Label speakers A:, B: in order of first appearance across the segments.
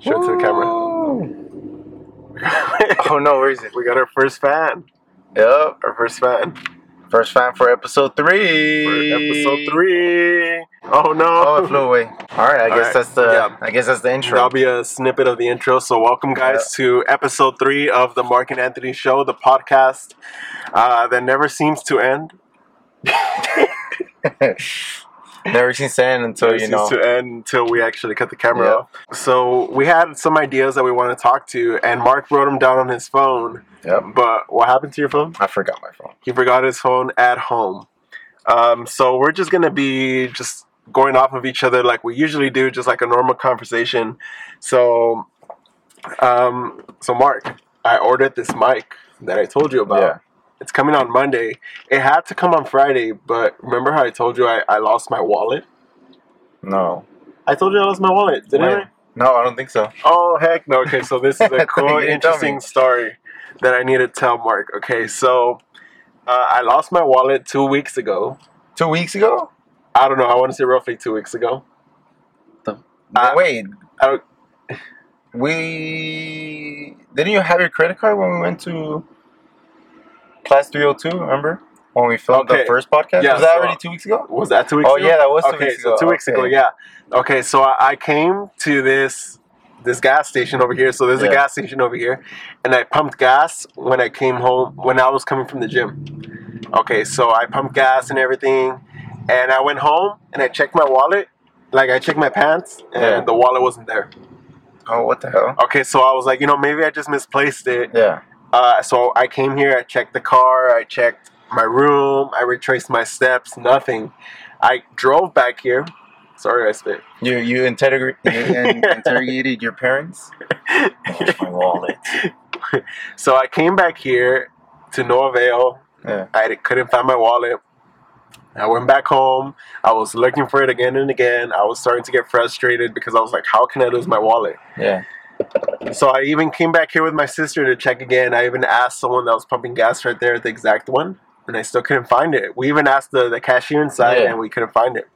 A: Show it to the camera.
B: Woo!
A: oh no, where is it? We got our first fan.
B: Yep.
A: Our first fan
B: First fan for episode
A: for
B: three.
A: episode three. Oh no.
B: Oh, it flew away. All right. I
A: All
B: guess
A: right.
B: that's the.
A: Yeah.
B: I guess that's the
A: That'll
B: intro.
A: be a snippet of the intro. So, welcome, guys, to episode three of the Mark and Anthony Show, the podcast uh, that never seems to end.
B: Never seen sand until
A: Never
B: you
A: seems
B: know.
A: to end until we actually cut the camera
B: Yeah.
A: off. So, we had some ideas that we want to talk to, and Mark wrote them down on his phone.
B: Yep.
A: But what happened to your phone?
B: I forgot my phone.
A: He forgot his phone at home. Um, so we're just gonna be just going off of each other like we usually do, just like a normal conversation. So, um, so Mark, I ordered this mic that I told you about.
B: Yeah.
A: It's coming on Monday. It had to come on Friday, but remember how I told you I, I lost my wallet?
B: No.
A: I told you I lost my wallet, didn't
B: When?
A: I?
B: No, I don't think so.
A: Oh heck no! Okay, so this is a cool,
B: You didn't tell
A: interesting
B: me.
A: story that I need to tell Mark. Okay, so uh, I lost my wallet two weeks ago.
B: Two weeks ago.
A: I don't know. I want to say roughly two weeks ago. Uh,
B: Wait.
A: I don't-
B: We didn't you have your credit card when we went to class three hundred two? Remember when we filmed
A: Okay.
B: the first podcast?
A: Yeah,
B: Was that
A: so-
B: already two weeks ago?
A: Was that two weeks?
B: Oh
A: ago?
B: yeah, that was two
A: okay,
B: weeks
A: so
B: ago.
A: two weeks ago,
B: Okay.
A: yeah. Okay, so I, I came to this this gas station over here. So there's a
B: Yeah.
A: gas station over here, and I pumped gas when I came home when I was coming from the gym. Okay, so I pumped gas and everything, and I went home and I checked my wallet, like I checked my pants, and
B: Yeah.
A: the wallet wasn't there.
B: Oh, what the hell?
A: Okay, so I was like, you know, maybe I just misplaced it.
B: Yeah.
A: Uh, so I came here, I checked the car, I checked my room, I retraced my steps, nothing. I drove back here. Sorry, I spit.
B: You you, interrog- you in- interrogated your parents? Lost Oh, my wallet.
A: so I came back here to no avail.
B: Yeah.
A: I couldn't find my wallet. I went back home. I was looking for it again and again. I was starting to get frustrated because I was like, how can I lose my wallet?
B: Yeah.
A: So I even came back here with my sister to check again. I even asked someone that was pumping gas right there, the exact one, and I still couldn't find it. We even asked the, the cashier inside
B: Yeah.
A: and we couldn't find it.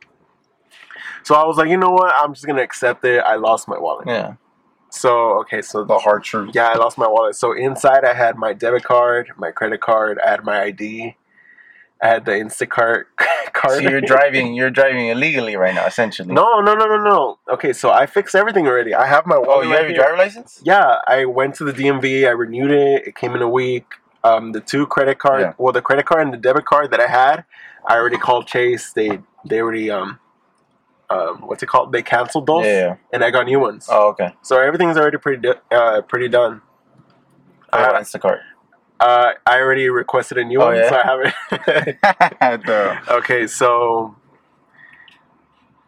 A: So I was like, you know what? I'm just gonna accept it. I lost my wallet.
B: Yeah.
A: So okay, so
B: The hard truth.
A: yeah, I lost my wallet. So inside I had my debit card, my credit card, I had my ID, I had the Instacart
B: So
A: card.
B: you're driving you're driving illegally right now, essentially.
A: no, no, no, no, no. Okay, so I fixed everything already. I have my wallet.
B: Oh, you
A: right
B: have your
A: here.
B: driver license?
A: Yeah, I went to the DMV. I renewed it. It came in a week. Um, the two credit card,
B: Yeah.
A: well, the credit card and the debit card that I had, I already called Chase. They they already um, um what's it called? They canceled those,
B: Yeah.
A: and I got new ones.
B: Oh, okay.
A: So everything's already pretty do- uh, pretty done.
B: I have
A: Uh,
B: Instacart.
A: uh, I already requested a new
B: Oh,
A: one,
B: yeah?
A: so I haven't.
B: The-
A: okay, so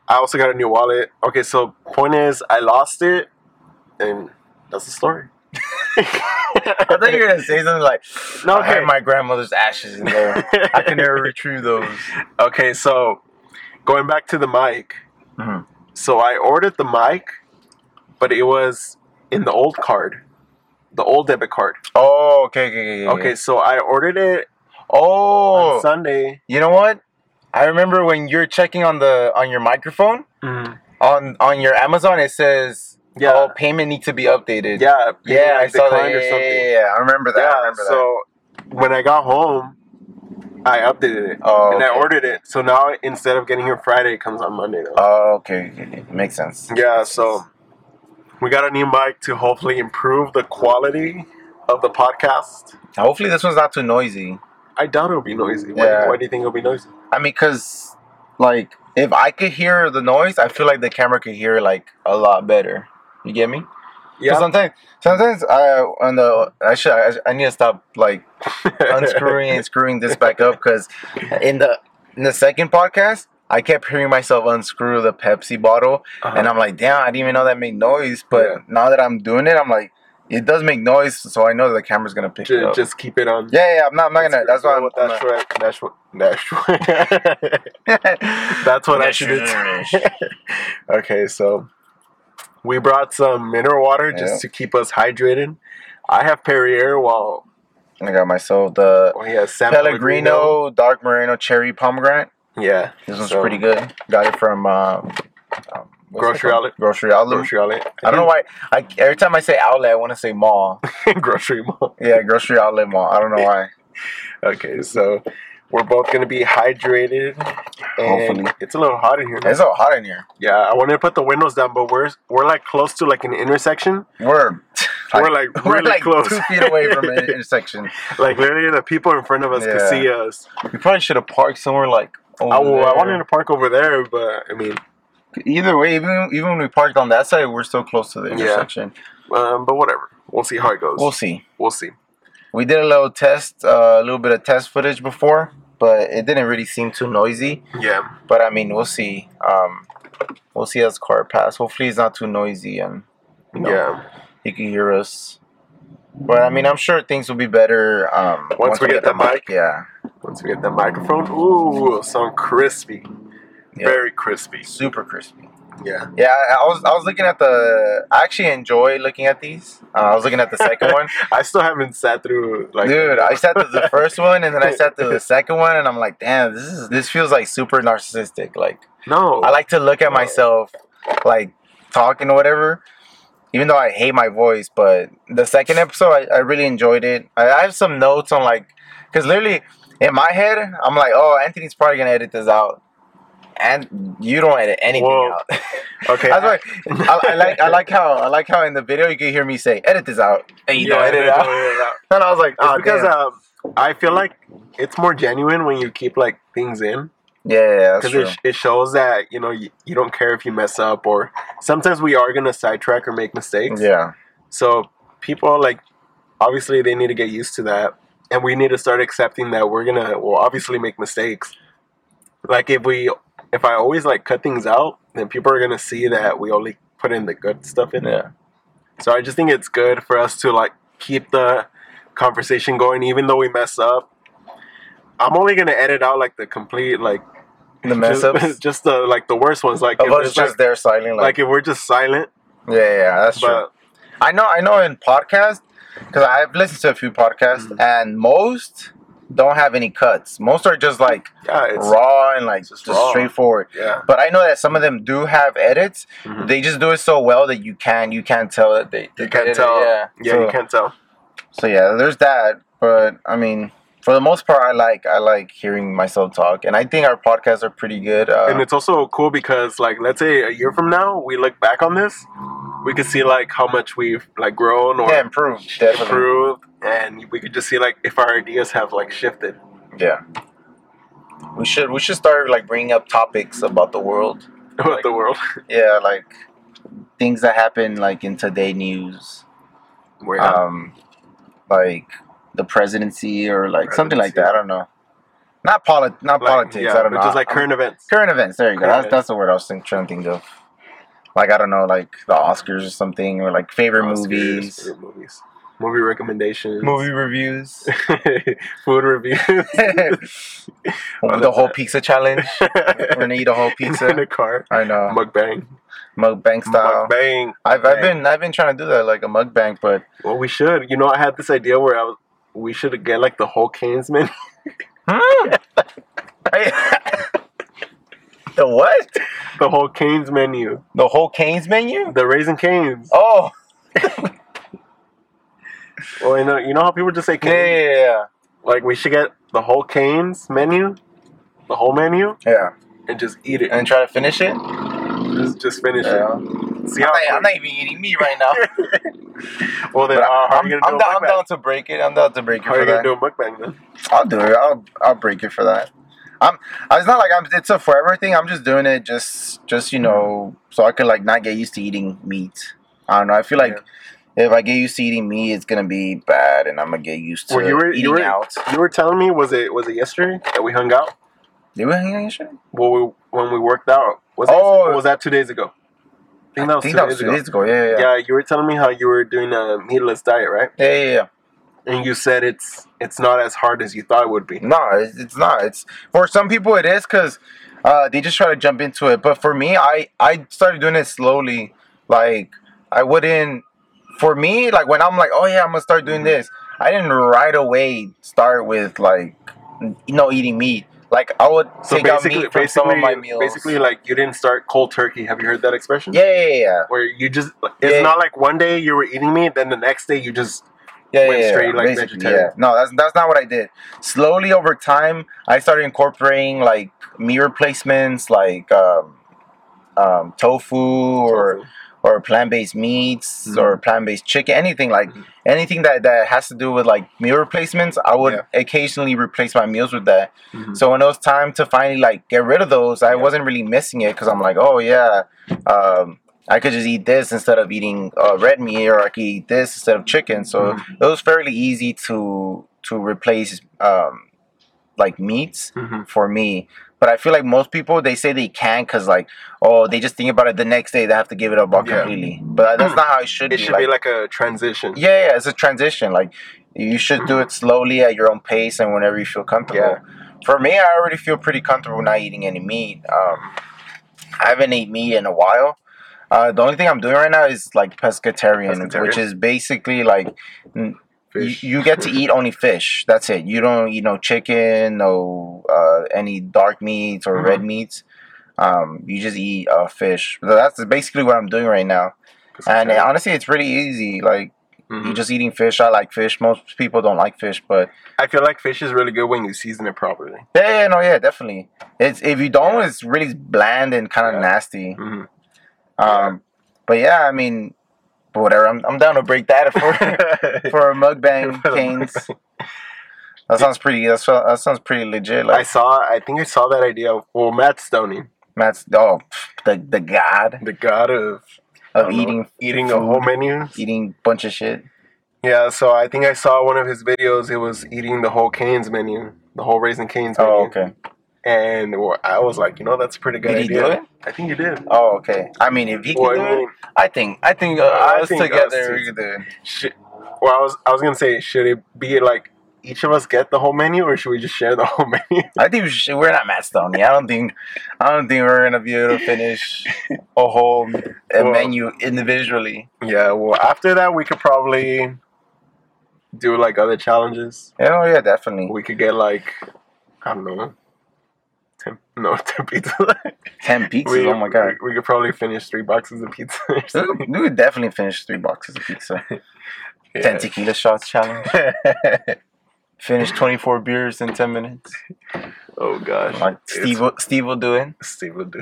A: I also got a new wallet. Okay, so point is, I lost it, and that's the story.
B: I thought you were gonna say something like,
A: No,
B: "I had
A: okay.
B: my grandmother's ashes in there. I can never retrieve those."
A: Okay, so going back to the mic.
B: Mhm.
A: So I ordered the mic, but it was in the old card, the old debit card.
B: Oh, okay, okay, okay, okay.
A: Okay, so I ordered it on
B: Oh,
A: Sunday.
B: you know what? I remember when you're checking on the on your microphone on on your Amazon, it says,
A: Yeah.
B: Mm-hmm. "Oh, payment needs to be updated."
A: Yeah,
B: Yeah, I
A: like
B: saw that.
A: declined
B: Yeah, yeah, yeah, yeah. I remember that. I
A: Yeah,
B: remember
A: so when I got home, I updated it
B: that. Oh,
A: and I
B: okay.
A: ordered it. So now instead of getting here Friday, it comes on Monday though.
B: Oh, okay. okay, okay. Makes sense.
A: Yeah, so we got a new mic to hopefully improve the quality of the podcast.
B: Hopefully, this one's not too noisy.
A: I doubt it'll be noisy. Why,
B: Yeah.
A: why do you think it'll be noisy?
B: I mean, cause like if I could hear the noise, I feel like the camera could hear like a lot better. You get me? 'Cause
A: Yeah.
B: Sometimes, sometimes I on the I should I, I need to stop like unscrewing and screwing this back up because in the in the second podcast. I kept hearing myself unscrew the Pepsi bottle, and I'm like, "Damn, I didn't even know that made noise." But
A: Yeah.
B: now that I'm doing it, I'm like, "It does make noise," so I know the camera's gonna pick it
A: just,
B: up.
A: just keep it on.
B: Yeah, yeah, I'm not, I'm not gonna. That's why I'm.
A: what that's what that's what that's what that's what I should do. okay, so we brought some mineral water just
B: Yeah.
A: to keep us hydrated. I have Perrier while
B: I got myself the
A: well, he has San Pellegrino.
B: Pellegrino Dark Merino Cherry Pomegranate.
A: Yeah,
B: This one's
A: So-
B: pretty good. Got it from um, um, what's it
A: Grocery
B: called?
A: outlet.
B: Grocery outlet.
A: Grocery outlet.
B: I don't know why. I every time I say outlet, I want to say mall.
A: grocery mall.
B: Yeah, grocery outlet mall. I don't know why.
A: Okay, so we're both gonna be hydrated. And
B: Hopefully.
A: it's a little hot in here.
B: It's so hot in here.
A: Yeah, I wanted to put the windows down, but we're we're like close to like an intersection.
B: We're
A: we're like
B: we're
A: really
B: like
A: close,
B: two feet away from the intersection.
A: like literally the people in front of us could
B: Yeah. Oh,
A: see us.
B: We probably should have parked somewhere like. Over
A: I, well, I
B: there.
A: wanted to park over there, but I mean,
B: Either way, even even when we parked on that side, we're still close to the
A: Yeah.
B: intersection.
A: um, but whatever. We'll see how it goes.
B: We'll see.
A: We'll see.
B: We did a little test, uh, a little bit of test footage before, but it didn't really seem too noisy.
A: Yeah,
B: But I mean, we'll see. Um, we'll see as car pass. Hopefully, it's not too noisy and you know,
A: yeah.
B: he can hear us. But I mean, I'm sure things will be better um,
A: Once we get the mic.
B: Yeah,
A: Once we get that microphone, ooh, sound crispy,
B: Yeah.
A: very crispy.
B: super crispy.
A: Yeah.
B: Yeah, I, I was I was looking at the. I actually enjoy looking at these. Uh, I was looking at the second one,
A: I still haven't sat through like
B: dude. I sat through the first one, and then I sat through the second one, and I'm like, damn, this is this feels like super narcissistic. Like
A: no.
B: I like to look at
A: Wow.
B: myself, like talking or whatever. Even though I hate my voice, but the second episode, I, I really enjoyed it. I, I have some notes on like, because literally in my head, I'm like, oh, Anthony's probably gonna edit this out, and you don't edit anything
A: Whoa.
B: out.
A: okay.
B: That's why I, I like I like how I like how in the video you can hear me say edit this out, and you don't edit it
A: I
B: out.
A: don't edit it out.
B: And I was like,
A: It's
B: oh,
A: because
B: damn.
A: um, I feel like it's more genuine when you keep like things in
B: yeah, yeah, yeah, that's
A: because
B: true.
A: it, sh- it shows that you know you, you don't care if you mess up or sometimes we are gonna sidetrack or make mistakes.
B: yeah,
A: So people like obviously they need to get used to that, and we need to start accepting that we're gonna well obviously make mistakes. Like if we if I always like cut things out, then people are gonna see that we only put in the good stuff in it.
B: yeah,
A: So I just think it's good for us to like keep the conversation going, even though we mess up. I'm only gonna edit out like the complete like
B: the mess
A: just,
B: ups
A: just the like the worst ones. Like
B: of
A: if,
B: us
A: it's,
B: just
A: like,
B: there silent, like,
A: like if we're just silent,
B: yeah, yeah, yeah, that's true.
A: but
B: I know, I know. In podcast, because I've listened to a few podcasts,
A: Mhm.
B: and most don't have any cuts. Most are just like
A: yeah, it's
B: raw and like
A: just
B: just,
A: raw.
B: straightforward.
A: yeah.
B: But I know that some of them do have edits.
A: Mhm.
B: They just do it so well that you can you can't tell that they
A: You
B: that
A: can't
B: they did it,
A: tell.
B: Yeah,
A: Yeah,
B: So-
A: you can't tell.
B: So yeah, there's that. But I mean, for the most part, I like I like hearing myself talk, and I think our podcasts are pretty good. Uh,
A: and it's also cool because like let's say a year from now we look back on this, we could see like how much we've like grown or
B: yeah, improved definitely.
A: improved, and we could just see like if our ideas have like shifted.
B: Yeah. We should we should start like bringing up topics about the world.
A: About
B: Like-
A: the world,
B: Yeah, like things that happen like in today news.
A: we're
B: Um like the presidency or like something like that. I don't know. Not polit not politics, I don't know.
A: Which is like
B: I'm-
A: current events.
B: current events. There you go.
A: Current
B: That's, that's the word I was think, trying to think of. Like I don't know, like the Oscars or something, or like favorite
A: Oscars,
B: movies,
A: favorite movies, movie recommendations,
B: reviews,
A: food reviews.
B: the whole pizza challenge. We're gonna eat a whole
A: in
B: pizza. Uh,
A: the car.
B: I know,
A: Mukbang,
B: mukbang style.
A: mukbang.
B: I've, I've been I've been trying to do that like a mukbang, but
A: Well, we should. You know, I had this idea where I was. We should get like the whole Canes menu.
B: the what?
A: the whole Canes menu,
B: The whole Canes menu?
A: the raisin Canes.
B: Oh,
A: Well, you know, you know how people just say
B: yeah,
A: Canes.
B: yeah, yeah,
A: Like we should get the whole Canes menu, the whole menu,
B: yeah.
A: and just eat it.
B: And try to finish it.
A: just, just finish
B: Yeah.
A: it. See
B: I'm,
A: how.
B: not, I'm not even eating meat right now.
A: well, then,
B: But
A: uh, how are
B: I'm,
A: you gonna do
B: I'm down,
A: a
B: I'm
A: mukbang?
B: down to break it. I'm down to break it
A: How are
B: for
A: you gonna
B: that.
A: do a mukbang then?
B: I'll do it. I'll I'll break it for that. I'm. I- It's not like I'm. It's a forever thing. I'm just doing it just just you know so I could like not get used to eating meat. I don't know. I feel like if I get used to eating meat, it's gonna be bad, and I'm gonna get used to
A: Well, you were- you
B: eating
A: were-
B: out.
A: You were telling me was it was it yesterday that we hung out?
B: Did we hang out yesterday?
A: Well, we, when we worked out, was that,
B: Oh.
A: or was that two days ago? I think that was,
B: I think
A: two,
B: that
A: days
B: was two days ago. Yeah, yeah,
A: ago.
B: yeah.
A: Yeah, you were telling me how you were doing a meatless diet, right?
B: Yeah, yeah, yeah.
A: And you said it's it's not as hard as you thought it would be.
B: No, it's, it's not. It's for some people it is because uh, they just try to jump into it. But for me, I I started doing it slowly. Like I wouldn't. For me, like when I'm like, oh yeah, I'm gonna start doing this. I didn't right away start with like n- no eating meat. Like I would
A: So
B: take out
A: basically,
B: meat from some of my
A: basically,
B: meals.
A: basically, like you didn't start cold turkey. Have you heard that expression?
B: yeah, yeah, yeah,
A: Where you just, it's
B: Yeah.
A: not like one day you were eating meat, then the next day you just,
B: yeah, yeah,
A: Went
B: yeah, yeah.
A: straight, like,
B: Basically,
A: vegetarian.
B: yeah. No, that's that's not what I did. Slowly over time, I started incorporating like meat replacements, like um, um, tofu or or plant-based meats
A: Mhm.
B: or plant-based chicken anything like
A: Mhm.
B: anything that, that has to do with like meal replacements i would
A: Yeah.
B: occasionally replace my meals with that
A: Mhm.
B: so when it was time to finally like get rid of those i
A: Yeah.
B: wasn't really missing it because i'm like oh yeah um, i could just eat this instead of eating uh, red meat or i could eat this instead of chicken so
A: Mhm.
B: it was fairly easy to to replace um, like meats
A: Mhm.
B: for me. But I feel like most people they say they can because like oh they just think about it the next day they have to give it up all
A: Yeah.
B: completely. But that's not how it should
A: It
B: be.
A: should
B: like,
A: be like a transition.
B: yeah, yeah, it's a transition. Like you should do it slowly at your own pace and whenever you feel comfortable.
A: Yeah.
B: For me, I already feel pretty comfortable not eating any meat. Um, I haven't ate meat in a while. Uh, the only thing I'm doing right now is like pescatarian,
A: Pescatarian.
B: which is basically like you,
A: Fish.
B: you get to eat only fish. That's it. You don't eat no chicken, no uh, any dark meats or
A: Mm-hmm.
B: red meats. Um, you just eat uh, fish. So that's basically what I'm doing right now. And uh, honestly, it's pretty easy. Like
A: Mhm.
B: you're just eating fish. I like fish. Most people don't like fish, but
A: I feel like fish is really good when you season it properly.
B: yeah, yeah, no, yeah, definitely. It's if you don't,
A: Yeah.
B: it's really bland and kind of
A: Yeah.
B: nasty.
A: Mhm.
B: Um, but yeah, I mean, whatever. I'm I'm down to break that for. for a mukbang
A: For a
B: canes. That sounds pretty. That's, that sounds pretty legit.
A: I
B: Like
A: saw. I think I saw that idea. Of, well, Matt Stoney,
B: Matt's oh pff, the the god
A: the god of I
B: of
A: don't know,
B: eating
A: eating a whole
B: food.
A: menu.
B: eating bunch of shit.
A: Yeah. So I think I saw one of his videos. It was eating the whole Canes menu, the whole raisin Canes menu.
B: Oh okay.
A: And well, I was like, you know, that's a pretty good
B: Did he
A: idea.
B: do it?
A: I think he did.
B: Oh okay. I mean, if he can
A: Well,
B: do
A: I mean,
B: it, I think I think uh,
A: I
B: us
A: think us
B: together
A: two.
B: we could do it.
A: should, well, I was I was gonna say, should it be like each of us get the whole menu, or should we just share the whole menu?
B: I think we should, we're not Matt Stoney. I don't think I don't think we're gonna be able to finish a whole uh,
A: Well-
B: menu individually.
A: Yeah, well, after that, we could probably do like other challenges.
B: Yeah, Oh yeah, definitely.
A: We could get like, I don't know, 10, no, 10 pizza.
B: Ten pizzas.
A: we,
B: oh my god.
A: We, we could probably finish three boxes of pizza or something.
B: We would definitely finish three boxes of pizza. Ten tequila shots challenge.
A: Yeah.
B: Finish 24 beers in 10 minutes.
A: oh, gosh.
B: Like
A: It's-
B: Steve, will, Steve will do it.
A: Steve will do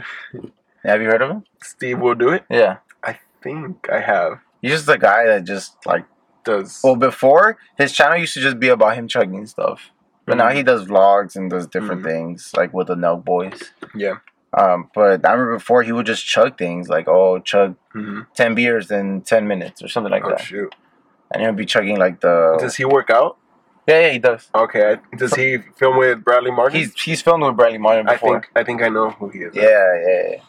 B: Have you heard of him?
A: Steve will do it?
B: Yeah.
A: I think I have.
B: He's just a guy that just like.
A: Does.
B: Well, before his channel used to just be about him chugging stuff,
A: Mm-hmm.
B: but now he does vlogs and does different
A: Mhm.
B: things like with the Nelk Boys.
A: Yeah.
B: Um, but I remember before he would just chug things like oh chug
A: Mhm.
B: 10 beers in 10 minutes or something like
A: Oh,
B: that, Oh.
A: shoot.
B: and he'll be chugging like the.
A: Does he work out?
B: yeah, yeah, he does.
A: Okay. I- Does he film with Bradley Martin?
B: He's he's filmed with Bradley Martin
A: I
B: before.
A: think I think I know who he is.
B: Yeah, yeah, yeah.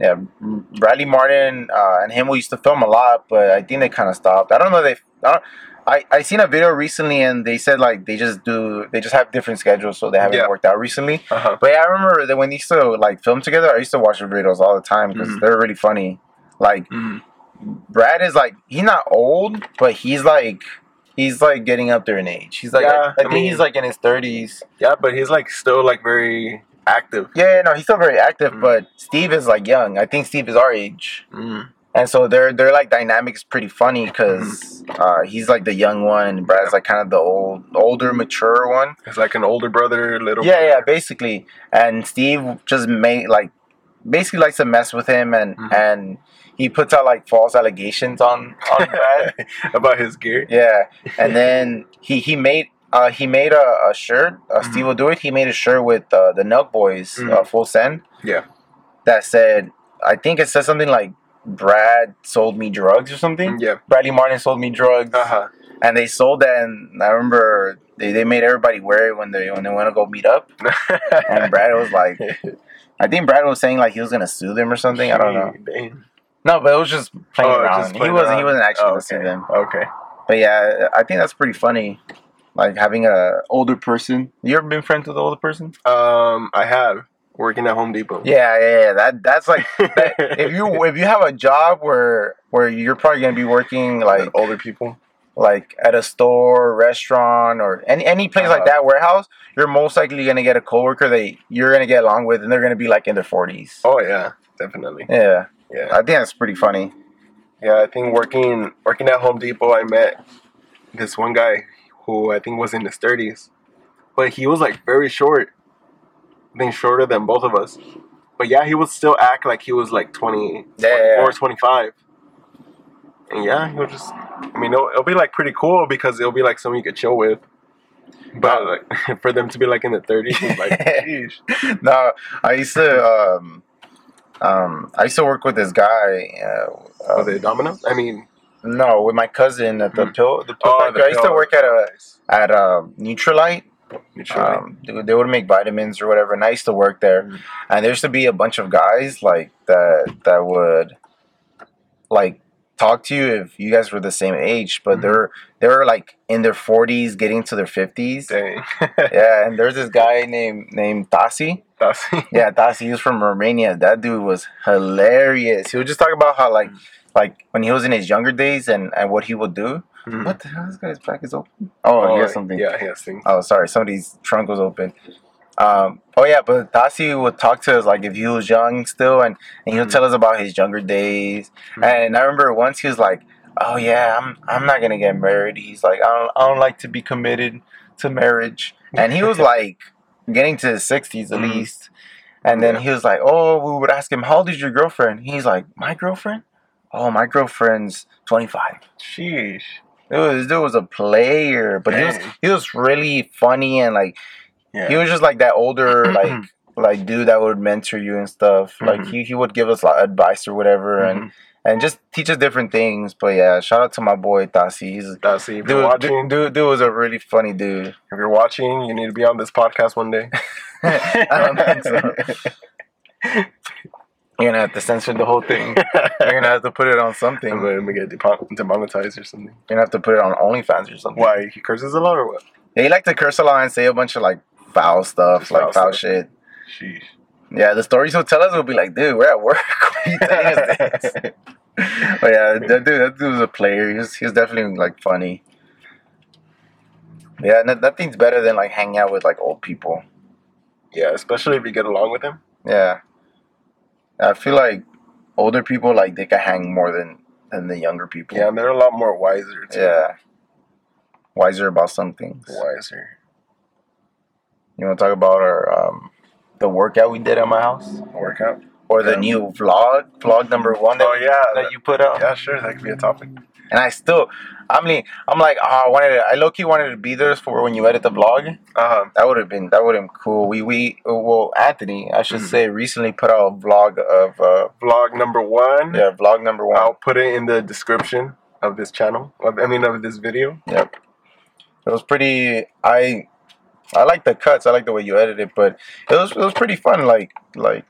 B: Yeah, M- Bradley Martin uh, and him we used to film a lot, but I think they kind of stopped. I don't know. They, I, don't, I, I seen a video recently, and they said like they just do, they just have different schedules, so they haven't
A: Yeah.
B: worked out recently.
A: Uh-huh.
B: But yeah, I remember that when they used to like film together, I used to watch their videos all the time because
A: Mhm.
B: they're really funny. Like
A: Mhm.
B: Brad is like he's not old, but he's like he's like getting up there in age. He's like
A: Yeah,
B: I, I
A: I
B: think
A: mean-
B: he's like in his thirties.
A: Yeah, but he's like still like very active.
B: Yeah, yeah, no, he's still very active,
A: Mm.
B: but Steve is like young. I think Steve is our age.
A: Mm.
B: and so their their like dynamic is pretty funny because uh, he's like the young one and Brad's like kind of the old older mature one.
A: It's like an older brother, little
B: Yeah, yeah,
A: brother.
B: basically. And Steve just made like basically likes to mess with him and
A: Mhm.
B: and he puts out like false allegations on on Brad.
A: about his gear.
B: yeah, and then he he made. Uh, he made a, a shirt. Uh, Steve
A: Mhm.
B: will do it. He made a shirt with uh, the Nelk Boys, uh,
A: Mhm.
B: Full Send.
A: Yeah.
B: That said, I think it said something like Brad sold me drugs or something.
A: Mm, Yeah.
B: Bradley Martin sold me drugs,
A: Uh huh.
B: and they sold that. And I remember they, they made everybody wear it when they when they went to go meet up. And Brad was like, I think Brad was saying like he was gonna sue them or something. I don't know.
A: Dang.
B: No, but it was just playing
A: Oh,
B: around.
A: just
B: he
A: playing
B: wasn't he
A: around.
B: wasn't actually
A: Oh,
B: gonna sue them.
A: Okay.
B: But yeah, I think that's pretty funny. Like having a older person. You ever been friends with an older person?
A: Um, I have working at Home Depot.
B: Yeah, yeah, yeah. That that's like if you if you have a job where where you're probably gonna be working like
A: older people.
B: like at a store, restaurant, or any any place like
A: Uh-huh.
B: that, warehouse, you're most likely gonna get a coworker that you're gonna get along with, and they're gonna be like in their forties.
A: Oh yeah, definitely.
B: Yeah,
A: Yeah.
B: I think that's pretty funny.
A: Yeah, I think working working at Home Depot, I met this one guy who I think was in his thirties, but he was like very short, I think shorter than both of us. But yeah, he would still act like he was like 20
B: Yeah, yeah,
A: 24,
B: yeah.
A: 25. And yeah, he'll just. I mean, it'll, it'll be like pretty cool because it'll be like someone you could chill with. But like for them to be like in the thirties, like jeez.
B: no, I used to um, um, I used to work with this guy. Uh,
A: Are
B: um,
A: they domino? I mean,
B: no, with my cousin at the
A: Hmm.
B: pill. The pill
A: Oh,
B: factory.
A: the
B: I used to
A: pill.
B: work at a at a Neutralite.
A: mutually.
B: Um, they, would- they would make vitamins or whatever, and I used to work there.
A: Mhm.
B: And there used to be a bunch of guys like that that would like talk to you if you guys were the same age, but
A: Mhm.
B: they're they were like in their forties, getting to their fifties.
A: Dang,
B: Yeah, and there's this guy named named Tasi.
A: that's
B: Yeah, Tasi. He was from Romania. That dude was hilarious. He would just talk about how like like when he was in his younger days and and what he would do. What the hell? This guy's back is open. Hmm. Oh, he has something.
A: Hmm. Yeah, he has things.
B: Oh, sorry, somebody's trunk was open. Um, oh yeah, but Tasi would talk to us like if he was young still, and, and he would
A: Mhm.
B: tell us about his younger days.
A: Mm-hmm.
B: And I remember once he was like, "Oh yeah, I'm I'm not gonna get married." He's like, "I don't I don't like to be committed to marriage," and he was like getting to his sixties at
A: Mhm.
B: least. And then
A: Yeah.
B: he was like, "Oh," we would ask him, "How old is your girlfriend?" He's like, "My girlfriend? Oh, my girlfriend's 25."
A: Sheesh.
B: It was dude was a player, but he was
A: Dang.
B: he was really funny and like
A: Yeah.
B: he was just like that older like like dude that would mentor you and stuff. Like
A: Mhm.
B: he, he would give us like advice or whatever and
A: Mhm.
B: and just teach us different things. But yeah, shout out to my boy Tasi. He's
A: That's it. If you're
B: dude,
A: watching,
B: dude, dude, dude was a really funny dude.
A: if you're watching, you need to be on this podcast one day.
B: I don't think Um, so. You're gonna have to censor the whole thing. You're gonna have to put it on something.
A: I'm
B: You're
A: gonna get depon- demonetized or something.
B: gonna have to put it on OnlyFans or something.
A: Why he curses a lot or what?
B: They like to curse a lot and say a bunch of like foul stuff,
A: Just
B: like
A: foul
B: foul
A: stuff.
B: shit.
A: Sheesh.
B: Yeah, the stories he'll tell us will be like, dude, we're at work. What are you telling us this? but yeah, that dude, that dude was a player. He was, he was definitely like funny. Yeah, no, nothing's better than like hanging out with like old people.
A: Yeah, especially if you get along with him.
B: Yeah, I feel like older people like they can hang more than than the younger people.
A: Yeah, and they're a lot more wiser too.
B: yeah. Wiser about some things.
A: Wiser.
B: You want to talk about our um the workout we did at my house,
A: Workout.
B: or the
A: Yeah.
B: new vlog, vlog number one that,
A: Oh yeah.
B: that you put up?
A: yeah, sure. That could be a topic.
B: And I still, I mean, I'm like, oh, I wanted, to, I low key wanted to be there for when you edit the vlog.
A: Uh,
B: That would have been, that would have been cool. We, we, well, Anthony, I should
A: Mhm.
B: say, recently put out a vlog of, uh,
A: vlog number one.
B: yeah, vlog number one.
A: I'll put it in the description of this channel. Of, I mean, of this video.
B: Yep. It was pretty. I, I like the cuts. I like the way you edited it, but it was, it was pretty fun. Like, like,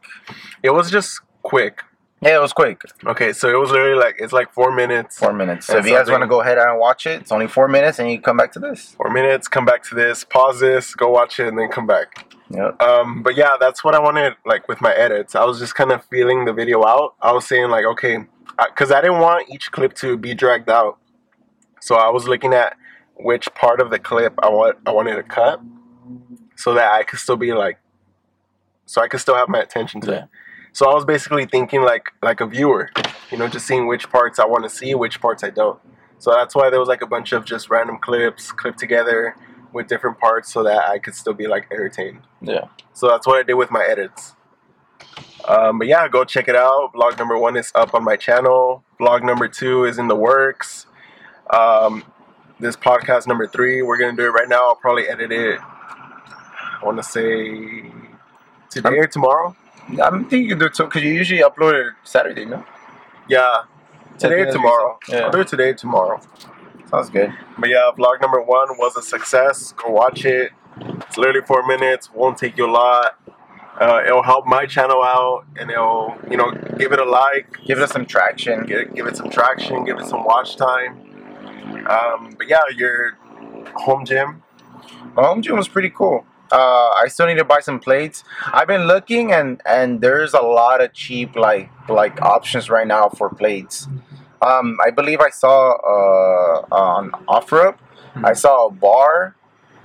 A: It was just quick.
B: yeah, it was quick.
A: Okay, so it was literally like it's like four minutes.
B: Four minutes. So if
A: That's
B: you guys
A: something.
B: want to go ahead and watch it, it's only four minutes, and you come back to this.
A: four minutes, come back to this, pause this, go watch it, and then come back.
B: Yep.
A: Um, but yeah, that's what I wanted, like with my edits. I was just kind of feeling the video out. I was saying, like, okay, because I didn't want each clip to be dragged out. So I was looking at which part of the clip I, want, I wanted to cut so that I could still be like, so I could still have my attention to
B: Yeah.
A: it. So I was basically thinking like like a viewer, you know, just seeing which parts I want to see, which parts I don't. So that's why there was like a bunch of just random clips clipped together with different parts so that I could still be like entertained.
B: Yeah.
A: So that's what I did with my edits. Um, but yeah, go check it out. Vlog number one is up on my channel. Vlog number two is in the works. Um, this podcast number three, we're gonna do it right now. I'll probably edit it. I want to say today or tomorw.
B: I'm thinking you can do it too, because you usually upload it Saturday, no?
A: Yeah, today
B: Yeah,
A: or tomorrow.
B: Yeah.
A: I'll do it today or tomorrow.
B: Sounds good.
A: But yeah, vlog number one was a success. Go watch it. It's literally four minutes. Won't take you a lot. Uh, it'll help my channel out, and it'll you know give it a like,
B: Give us some traction.
A: give, give it some traction, give it some watch time. Um, but yeah, your home gym.
B: My home gym was pretty cool. Uh, I still need to buy some plates. I've been looking, and and there's a lot of cheap like like options right now for plates. Um, I believe I saw uh, on OfferUp, I saw a bar,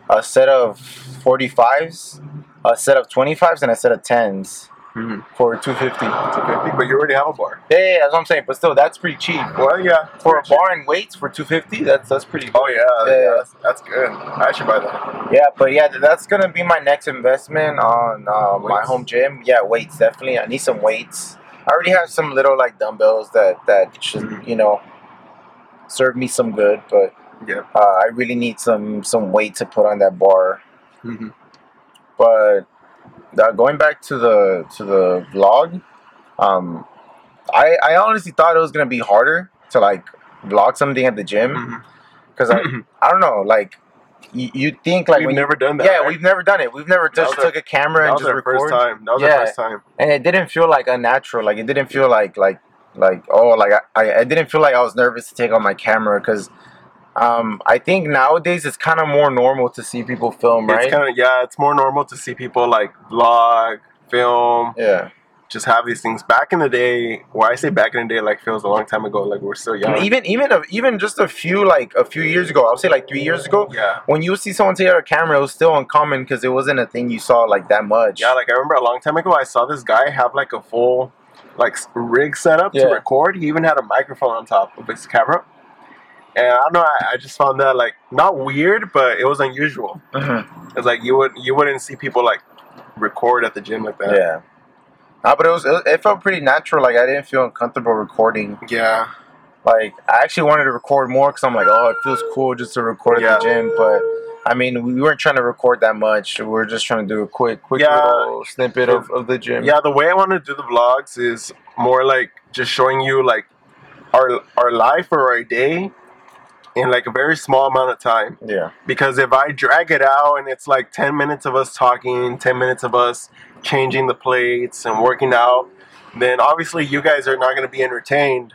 B: a set of 45s, a set of 25s, and a set of 10s
A: Mhm.
B: for 250
A: 250, but you already have a bar.
B: Yeah, yeah, that's what I'm saying. But still, that's pretty cheap.
A: Well, yeah,
B: For a bar and weights for 250 that's that's pretty good.
A: Oh yeah, yeah,
B: Yeah.
A: that's, that's good. I should buy that.
B: Yeah, but yeah, th- that's going to be my next investment on uh, my
A: Weights.
B: home gym. Yeah, weights, definitely. I need some weights. I already have some little, like, dumbbells that, that should,
A: Mhm.
B: you know, serve me some good, but
A: Yep.
B: uh, I really need some some weight to put on that bar.
A: Mm-hmm.
B: But uh, going back to the to the vlog, um, I I honestly thought it was gonna be harder to like vlog something at the
A: Mm-hmm.
B: gym because I I don't know like you, you think like
A: We've
B: when you-
A: never done that.
B: yeah
A: right?
B: we've never done it we've never
A: That
B: just
A: was our-
B: took a camera
A: That
B: and
A: was
B: just
A: our
B: record
A: first time. That was
B: Yeah.
A: our first time.
B: and it didn't feel like unnatural like it didn't feel like like like oh like i i I didn't feel like i was nervous to take on my camera because um i think nowadays it's kind of more normal to see people film right
A: It's kind of yeah. It's more normal to see people like vlog, film,
B: yeah
A: just have these things. Back in the day, well, I say back in the day, like feels a long time ago. Like we're still young.
B: And even even a, even just a few like a few years ago i'll say like three years ago
A: yeah.
B: when you see someone take out a camera it was still uncommon because it wasn't a thing you saw like that much
A: Yeah, like I remember a long time ago, I saw this guy have like a full like s- rig set up
B: Yeah.
A: to record. He even had a microphone on top of his camera. And I don't know, I, I just found that like not weird, but it was unusual.
B: Mhm.
A: It's like you would you wouldn't see people like record at the gym like that.
B: yeah Nah, but it was it, it felt pretty natural like i didn't feel uncomfortable recording
A: Yeah.
B: like I actually wanted to record more because I'm like, oh, it feels cool just to record
A: Yeah.
B: at the gym. But I mean, we weren't trying to record that much. We were just trying to do a quick, quick
A: Yeah.
B: little snippet of, of the gym.
A: Yeah, the way I want to do the vlogs is more like just showing you like our our life or our day in like a very small amount of time.
B: yeah,
A: because if I drag it out and it's like 10 minutes of us talking, 10 minutes of us changing the plates and working out, then obviously you guys are not going to be entertained.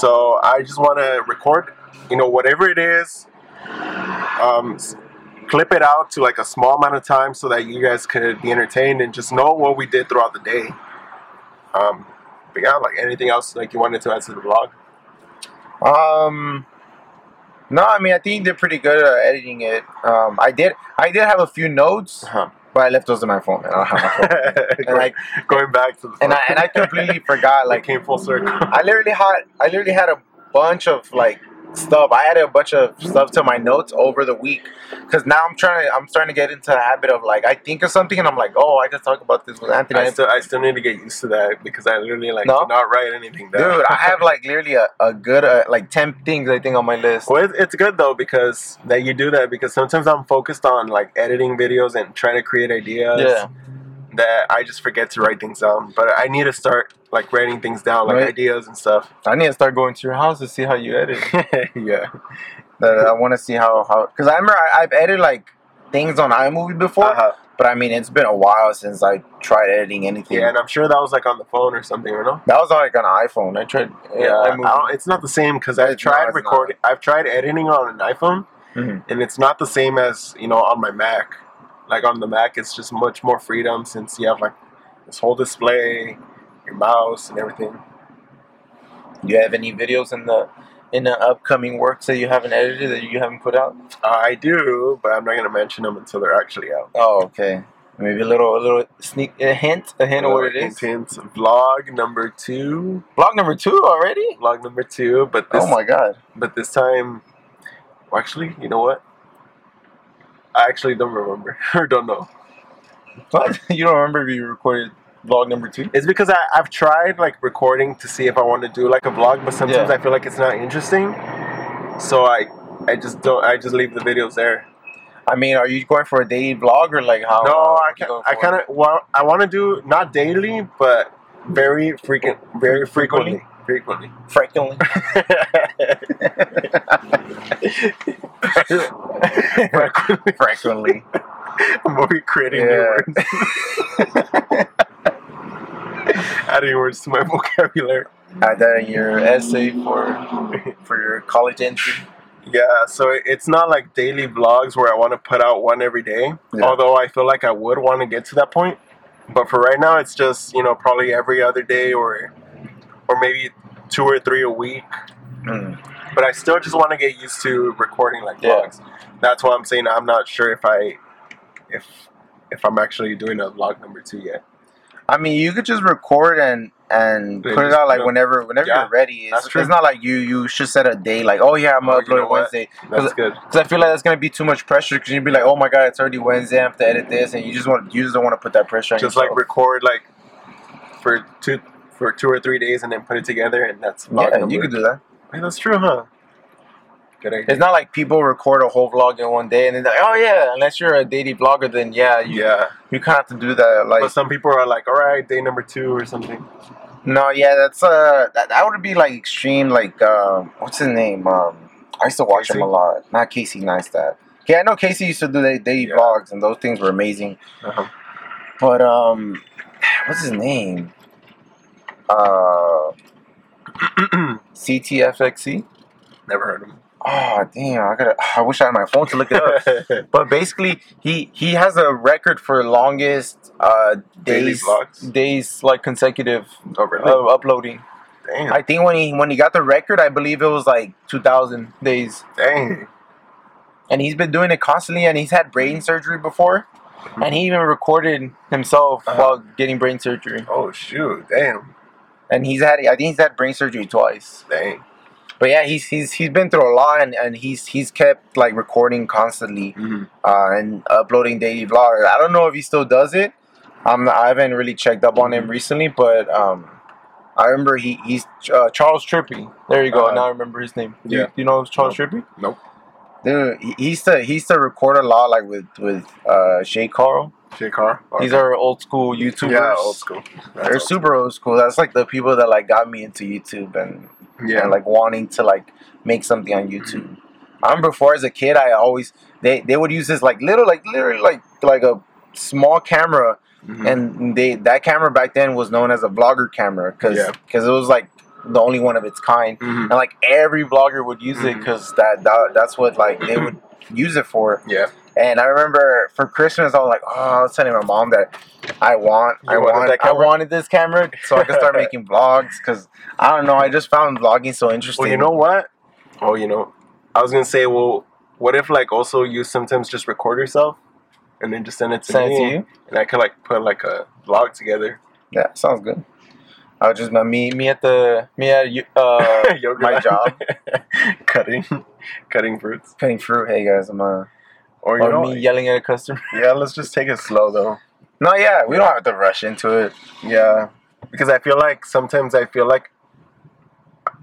A: So I just want to record, you know, whatever it is, um, s- clip it out to like a small amount of time so that you guys could be entertained and just know what we did throughout the day. Um, but yeah, like anything else like you wanted to add to the vlog?
B: Um, no, I mean, I think they're pretty good at editing it. Um, I did, I did have a few notes,
A: Uh-huh.
B: but I left those in my phone. And I don't have my phone. And I
A: going, going back to the
B: and I and I completely forgot.
A: like
B: Like,
A: came full circle.
B: I literally had, I literally had a bunch of like stuff. I added a bunch of stuff to my notes over the week because now I'm trying to, I'm starting to get into the habit of like I think of something and I'm like, oh, I could talk about this with Anthony.
A: I still, I still need to get used to that because I literally like
B: No?
A: did not write anything down.
B: Dude, I have like literally a, a good uh, like ten things I think on my list.
A: well, it, it's good though because that you do that because sometimes I'm focused on like editing videos and trying to create ideas
B: Yeah.
A: that I just forget to write things down. But I need to start like writing things down, like
B: Right.
A: ideas and stuff.
B: I need to start going to your house to see how you edit.
A: yeah,
B: that I want to see how how because I remember I, I've edited like things on iMovie before,
A: uh-huh.
B: but I mean it's been a while since I tried editing anything.
A: yeah, and I'm sure that was like on the phone or something, you know.
B: that was on like an iPhone. I tried. uh, Yeah,
A: Yeah, I
B: iMovie.
A: don't, it's not the same because I've
B: It's not,
A: tried
B: it's not.
A: recording. I've tried editing on an iPhone,
B: Mhm.
A: and it's not the same as you know on my Mac. Like on the Mac, it's just much more freedom since you have like this whole display, your mouse, and everything.
B: Do you have any videos in the in the upcoming works that you haven't edited that you haven't put out?
A: I do, but I'm not gonna mention them until they're actually out.
B: Oh, okay. Maybe a little a little sneak a hint a hint of what it is.
A: Intense vlog number two,
B: Block number two already.
A: vlog number two, but this
B: Oh my god.
A: but this time, well, actually, you know what? I actually don't remember or don't know.
B: What? You don't remember if you recorded vlog number two?
A: It's because I, I've tried like recording to see if I want to do like a vlog, but sometimes
B: Yeah.
A: I feel like it's not interesting. So I I just don't I just leave the videos there.
B: I mean, are you going for a daily vlog or like how?
A: no, I
B: you
A: can,
B: Oh, going
A: I
B: for
A: kind of well I want to do not daily, but very frequent very frequently frequently.
B: it? frequently.
A: frequently.
B: frequently.
A: I'm already creating new
B: Yeah.
A: words. Adding words to my vocabulary.
B: I did your essay for for your college entry.
A: Yeah, so it- it's not like daily vlogs where I want to put out one every day.
B: Yeah.
A: Although I feel like I would want to get to that point, but for right now, it's just you know probably every other day or or maybe two or three a week.
B: Mm.
A: but I still just want to get used to recording like
B: Yeah.
A: vlogs. That's why I'm saying I'm not sure if I if if I'm actually doing a vlog number two yet.
B: I mean, you could just record and and
A: Yeah,
B: put it
A: just
B: out like
A: put-
B: whenever whenever
A: yeah,
B: you're ready. It's,
A: that's true.
B: it's not like you you should set a day like oh yeah I'm
A: Oh, you
B: gonna
A: know
B: uploading
A: what?
B: Wednesday
A: That's good.
B: because I feel like that's gonna be too much pressure because you'd be like oh my god it's already Wednesday I have to edit this and you just want you just don't want to put that pressure on
A: Just
B: yourself.
A: like record like for two for two or three days and then put it together and that's vlog
B: yeah,
A: number.
B: you could do that.
A: Hey, that's true, huh? Good idea.
B: It's not like people record a whole vlog in one day and then like oh yeah unless you're a daily vlogger then yeah you
A: yeah,
B: you kind of have to do that like
A: but some people are like, all right, day number two or something.
B: No, yeah, that's uh, that, that would be like extreme. Like, um, what's his name? Um, I used to watch
A: Casey?
B: him a lot. Not Casey Neistat. Yeah, I know Casey used to do the daily
A: Yeah.
B: vlogs, and those things were amazing.
A: Uh-huh.
B: But um, what's his name? Uh, CTFXC.
A: Never heard of them.
B: Oh damn! I gotta. I wish I had my phone to look it up. But basically, he he has a record for longest uh
A: Daily
B: days
A: vlogs?
B: days like consecutive
A: oh really?
B: of uploading.
A: dang,
B: I think when he when he got the record, I believe it was like two thousand days,
A: dang.
B: and he's been doing it constantly. And he's had brain surgery before, and he even recorded himself
A: Uh-huh.
B: while getting brain surgery.
A: Oh shoot, damn,
B: And he's had I think he's had brain surgery twice.
A: dang.
B: But yeah, he's he's he's been through a lot, and, and he's he's kept like recording constantly
A: Mhm.
B: uh, and uploading daily vlogs. I don't know if he still does it. I'm not, I haven't really checked up on him recently, but um, I remember he he's uh, Charles Trippy. There you go.
A: Uh-huh.
B: now I remember his name. You-
A: Yeah.
B: You, know Charles Trippy?
A: Nope.
B: Dude, he he used to he used to record a lot like with with uh, Shay Carl.
A: Jay Carr. Oh,
B: These are old school YouTubers.
A: yeah, old school. That's
B: They're
A: old school.
B: super old school. That's like the people that like got me into YouTube and
A: Yeah,
B: and like wanting to like make something on YouTube. I remember before as a kid, I always they they would use this like little like literally like like a small camera,
A: Mhm.
B: and they that camera back then was known as a vlogger camera because
A: Yeah.
B: it was like the only one of its kind,
A: Mhm.
B: and like every vlogger would use it
A: Mhm.
B: 'cause it because that, that that's what like they would use it for.
A: yeah.
B: And I remember for Christmas, I was like, oh, I was telling my mom that I want,
A: You
B: I
A: wanted
B: want,
A: that
B: I
A: camera?
B: wanted this camera so I could start making vlogs. Cause I don't know, I just found vlogging so interesting.
A: Well, you know what? Oh, you know, I was gonna say, well, what if like also you sometimes just record yourself and then just send it to
B: send
A: me,
B: it to you.
A: and I could like put like a vlog together.
B: Yeah, sounds good. I was just my me, me at the me at you- uh,
A: Yoga
B: my
A: life.
B: job
A: cutting, cutting fruits,
B: cutting fruit. Hey guys, I'm uh,
A: or you
B: or
A: know,
B: me yelling at a customer.
A: yeah. Let's just take it slow though.
B: No, yeah, we don't have to rush into it.
A: Yeah, because I feel like sometimes I feel like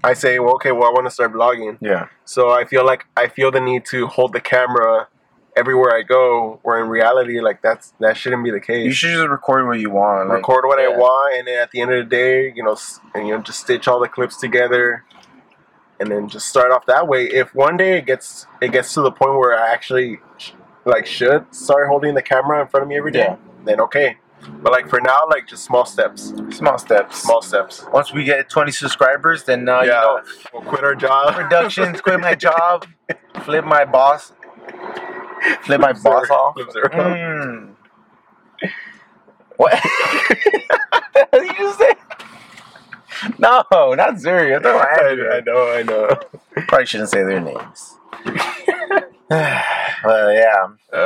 A: I say, well, okay, well, I want to start vlogging,
B: Yeah,
A: so I feel like I feel the need to hold the camera everywhere I go. Where in reality, like that's that shouldn't be the case.
B: you should just record what you want. Like,
A: record what I
B: yeah.
A: want, and then at the end of the day, you know, s- and you know, just stitch all the clips together, and then just start off that way. If one day it gets it gets to the point where I actually sh- like should start holding the camera in front of me every day,
B: Yeah.
A: then okay. But like for now, like just small steps,
B: small steps.
A: small steps.
B: Once we get 20 subscribers, then uh, you
A: Yeah.
B: know
A: We'll quit our job.
B: productions, quit my job, flip my boss, flip my
A: Flips her-
B: boss off.
A: flips her off.
B: Mm. What? What did you say? No, not Zuri. I'm talking about Andrew.
A: I, I know, I know.
B: Probably shouldn't say their names. well, yeah.
A: Uh,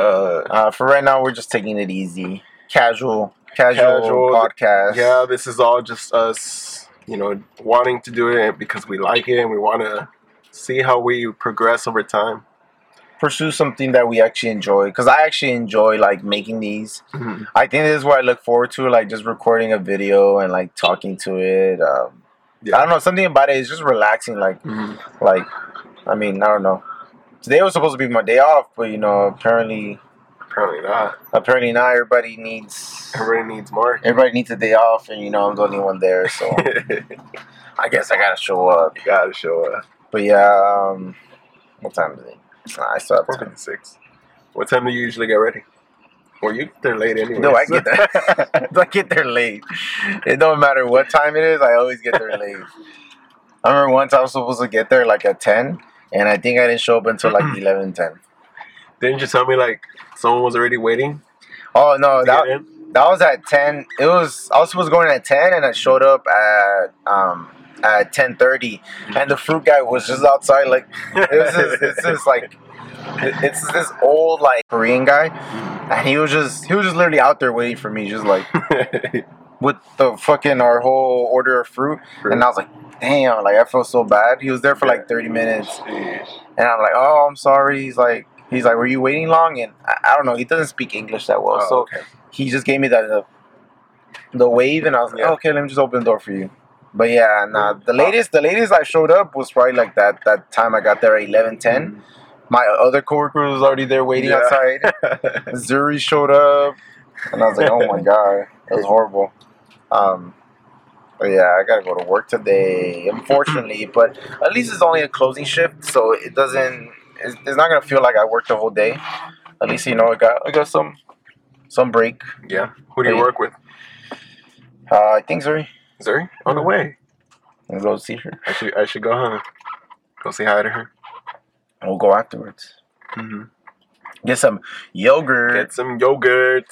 B: Uh, for right now, we're just taking it easy, casual, casual,
A: Casual.
B: podcast.
A: yeah, this is all just us, you know, wanting to do it because we like it and we want to see how we progress over time.
B: pursue something that we actually enjoy. Because I actually enjoy like making these.
A: Mhm.
B: I think this is what I look forward to, like just recording a video and like talking to it. Um,
A: Yeah.
B: I don't know, something about it is just relaxing. Like,
A: Mhm.
B: like, I mean, I don't know. Today was supposed to be my day off, but you know, apparently,
A: Apparently not.
B: apparently not everybody needs
A: Everybody needs more.
B: everybody needs a day off, and you know, I'm the only one there, so
A: you
B: I guess I gotta show up.
A: gotta show up.
B: But yeah, um, what time is it? Nah, I still have
A: Four
B: time.
A: fifty six. What time do you usually get ready? Well, you get there late anyway.
B: No, I get there. I get there late. It don't matter what time it is. I always get there late. I remember once I was supposed to get there like at ten, and I think I didn't show up until like eleven ten.
A: Didn't you tell me like someone was already waiting?
B: Oh no,
A: to
B: that
A: get in?
B: that was at ten. It was I was supposed to go in at ten, and I showed up at um at ten thirty, and the fruit guy was just outside. Like this is this is like it's this old like Korean guy, and he was just he was just literally out there waiting for me, just like with the fucking our whole order of fruit. And I was like, damn, like I feel so bad. He was there for like thirty minutes, and I'm like, oh, I'm sorry. He's like. He's like, were you waiting long? And I, I don't know. He doesn't speak English that well,
A: Oh,
B: so
A: okay.
B: he just gave me that the, the wave, and I was like,
A: Yeah.
B: okay, let me just open the door for you. But yeah, nah. The latest, the latest I showed up was probably like that. That time I got there at eleven ten. My other coworker was already there waiting
A: Yeah.
B: outside. Zuri showed up, and I was like, oh my god, it was horrible. Um, but yeah, I gotta go to work today, unfortunately. but at least it's only a closing shift, so it doesn't. It's, it's not gonna feel like I worked the whole day. At least you know I got I got some some break.
A: yeah. Who do you
B: Hey.
A: work with?
B: Uh, I think Zuri.
A: Zuri? On the
B: Mm-hmm.
A: way.
B: We'll go see her.
A: I should I should go huh? Go say hi to her.
B: And we'll go afterwards.
A: Mm-hmm.
B: Get some yogurt.
A: Get some yogurt.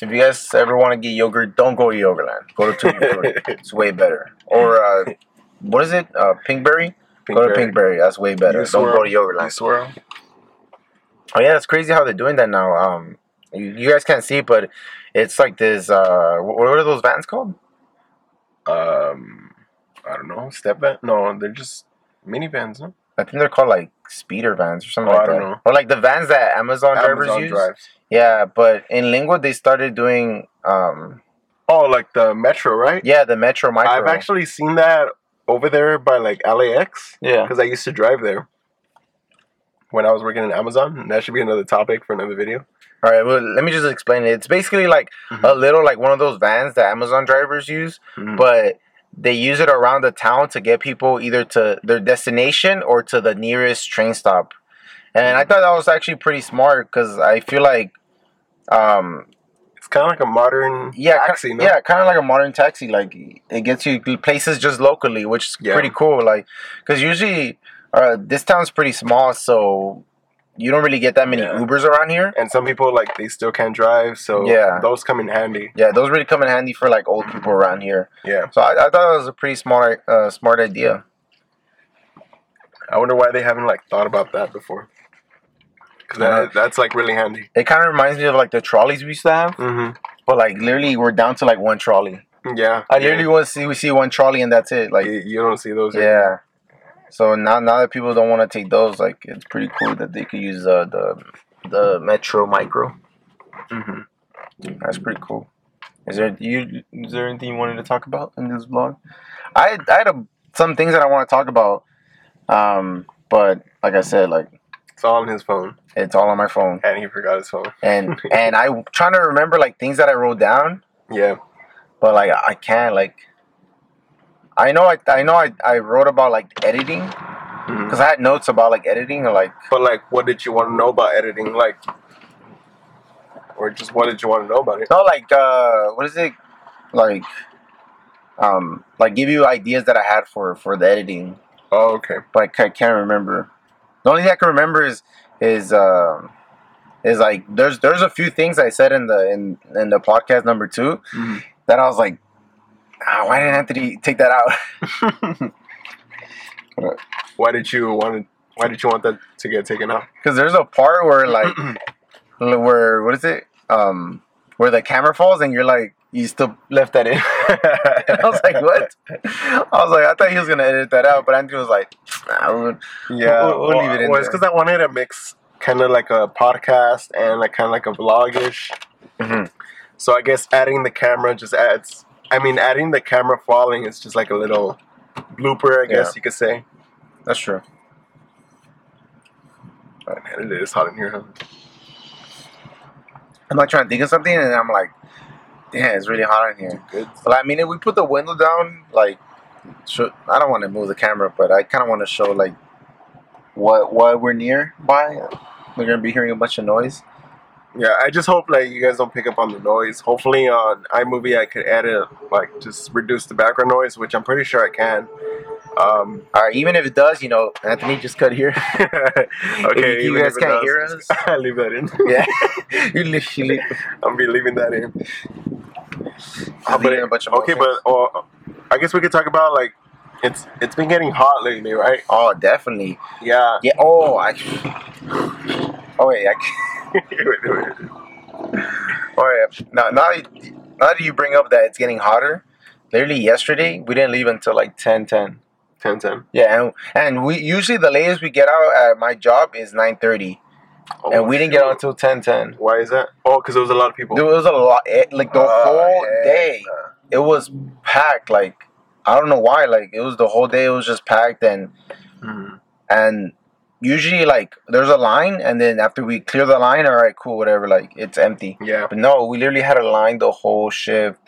B: If you guys ever want to get yogurt, don't go to Yogurtland. Go to Tutti Frutti. it's way better. Or uh, what is it? Uh, Pinkberry. go to Pinkberry. That's way better.
A: You
B: don't go
A: swirl.
B: to
A: You
B: Yogurtland.
A: swirl.
B: Oh yeah, it's crazy how they're doing that now. Um, you, you guys can't see, it, but it's like this. Uh, wh- what are those vans called?
A: Um, I don't know. Step van? No, they're just minivans. No?
B: I think they're called like speeder vans or something
A: Oh,
B: like
A: I don't
B: that.
A: know.
B: Or like the vans that Amazon, drivers
A: Amazon
B: use.
A: drives.
B: Yeah, but in Lingua they started doing um
A: Oh, like the metro, right?
B: Yeah, the Metro Micro.
A: I've actually seen that over there by like LAX
B: yeah.
A: because I used to drive there when I was working in Amazon. And that should be another topic for another video.
B: All right. Well, let me just explain it. It's basically like
A: Mm-hmm.
B: a little like one of those vans that Amazon drivers use,
A: Mhm.
B: but they use it around the town to get people either to their destination or to the nearest train stop. And
A: Hmm.
B: I thought that was actually pretty smart because I feel like, um,
A: it's kind of like a modern
B: yeah, ki-
A: taxi. no?
B: yeah, kind of like a modern taxi. Like it gets you places just locally, which is
A: Yeah.
B: pretty cool. Like because usually, uh, this town's pretty small, so you don't really get that many
A: Yeah.
B: Ubers around here.
A: And some people like they still can't drive, so
B: Yeah.
A: those come in handy.
B: Yeah, those really come in handy for like old people around here.
A: Yeah,
B: So I, I thought that was a pretty smart, uh, smart idea.
A: I wonder why they haven't like thought about that before. Because
B: Uh-huh.
A: that, that's like really handy.
B: It kind of reminds me of like the trolleys we used to have,
A: hmm
B: but like literally we're down to like one trolley.
A: Yeah,
B: Mm-hmm. I literally want to see we see one trolley and that's it.
A: like
B: Like
A: you, you don't see those.
B: yeah. So now now that people don't want to take those, like it's pretty cool that they could use uh, the the Metro Micro. Mm-hmm.
A: hmm
B: That's pretty cool. Is there you is there anything you wanted to talk about in this vlog? I I had a, some things that I want to talk about, um, but like I said, like.
A: It's all on his phone,
B: It's all on my phone,
A: and he forgot his phone.
B: and and I trying to remember like things that I wrote down,
A: Yeah,
B: but like I can't like. I know I I know I, I wrote about like editing
A: Mhm.
B: because I had notes about like editing or like
A: but like, what did you want to know about editing? Like, or just what did you want to know about it?
B: no like uh what is it like um like give you ideas that I had for for the editing,
A: Oh, okay.
B: but I ca- can't remember. The only thing I can remember is is um is like there's there's a few things I said in the in in the podcast number two that I was like, ah, why didn't Anthony take that out?
A: Why did you want? Why did you want that to get taken out?
B: Because there's a part where like, where what is it? Um, where the camera falls and you're like, you still left that in. I was like, what? I was like, I thought he was gonna edit that out, but Anthony was like, nah, we'll-
A: Yeah,
B: We'll- we'll leave it in
A: Well, it's
B: there.
A: because I wanted to mix kind of like a podcast and like kind of like a vlogish.
B: mm-hmm,
A: So I guess adding the camera just adds. I mean, adding the camera falling is just like a little blooper, I guess
B: Yeah.
A: you could say.
B: that's true.
A: Man, it is hot in here. Huh?
B: I'm like trying to think of something, and I'm like, damn, it's really hot in here.
A: Good.
B: But I mean, if we put the window down, like, should, I don't want to move the camera, but I kind of want to show like what what we're near by. We're gonna be hearing a bunch of noise.
A: Yeah, I just hope like you guys don't pick up on the noise. Hopefully on iMovie I could edit like just reduce the background noise, which I'm pretty sure I can. Um,
B: All right, even if it does, you know, Anthony just cut here.
A: okay,
B: If you
A: even
B: guys
A: if it
B: can't
A: does,
B: hear us,
A: just- leave that in.
B: yeah, you literally
A: I'm be leaving that in.
B: leaving a bunch of
A: okay, but uh, I guess we could talk about like it's it's been getting hot lately, right?
B: Oh, definitely.
A: Yeah.
B: Yeah. Oh, I. Oh wait, I. All right. Now, now, that you- now that you bring up that it's getting hotter, literally yesterday we didn't leave until like ten ten.
A: Ten ten.
B: Yeah, and, and we usually the latest we get out at my job is nine thirty,
A: Oh,
B: and we didn't get
A: shoot.
B: out until ten ten.
A: Why is that? Oh, because there was a lot of people.
B: Dude, it was a lot. It, like the
A: Oh,
B: whole day, it was packed. Like I don't know why. Like it was the whole day. It was just packed, and
A: Mhm.
B: and usually like there's a line, and then after we clear the line, all right, cool, whatever. Like it's empty.
A: Yeah.
B: But no, we literally had a line the whole shift.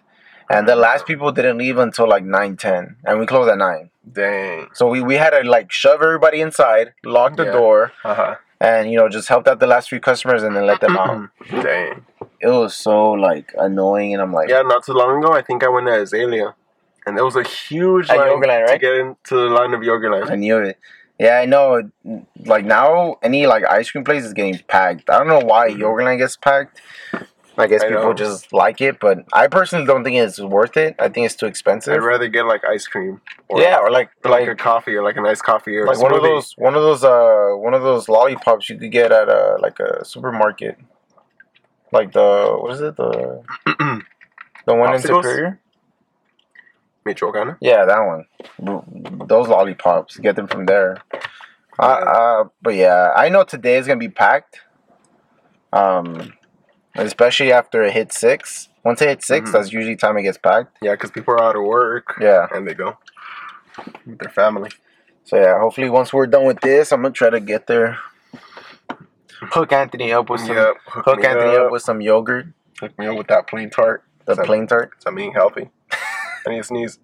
B: And the last people didn't leave until like nine ten, And we closed at 9.
A: Dang.
B: So we, we had to like shove everybody inside, lock the
A: Yeah.
B: door,
A: Uh-huh.
B: and you know, just helped out the last few customers and then let them out.
A: Dang.
B: It was so like annoying. And I'm like,
A: Yeah, not too long ago, I think I went to Azalea, and there was a huge
B: At
A: line
B: Yogaland,
A: to
B: right?
A: get into the line of
B: I
A: Yogaland.
B: knew it. Yeah, I know. Like now, any like ice cream place is getting packed. I don't know why Yogurtland gets packed. Mm-hmm. I guess
A: I
B: people
A: know.
B: just like it, but I personally don't think it's worth it. I think it's too
A: I'd
B: expensive.
A: rather get like ice cream.
B: yeah, or like
A: Or like a coffee or like a nice coffee or
B: like
A: a
B: one of
A: smoothie.
B: those one of those uh one of those lollipops you could get at a like a supermarket like the what is it the the one
A: Popsicles?
B: in superior
A: Michoacana.
B: yeah that one B- those lollipops get them from there uh, uh but yeah i know today is gonna be packed um especially after it hits six once it hits 6
A: Mhm.
B: that's usually time it gets packed
A: Yeah, because people are out of work
B: yeah
A: and they go with their family.
B: so yeah hopefully once we're done with this i'm gonna try to get there hook anthony up with some
A: Yep, hook,
B: hook
A: me
B: anthony
A: up.
B: up with some yogurt
A: hook me up with that plain tart.
B: The
A: Some-
B: plain tart.
A: So I'm eating healthy. I need to sneeze.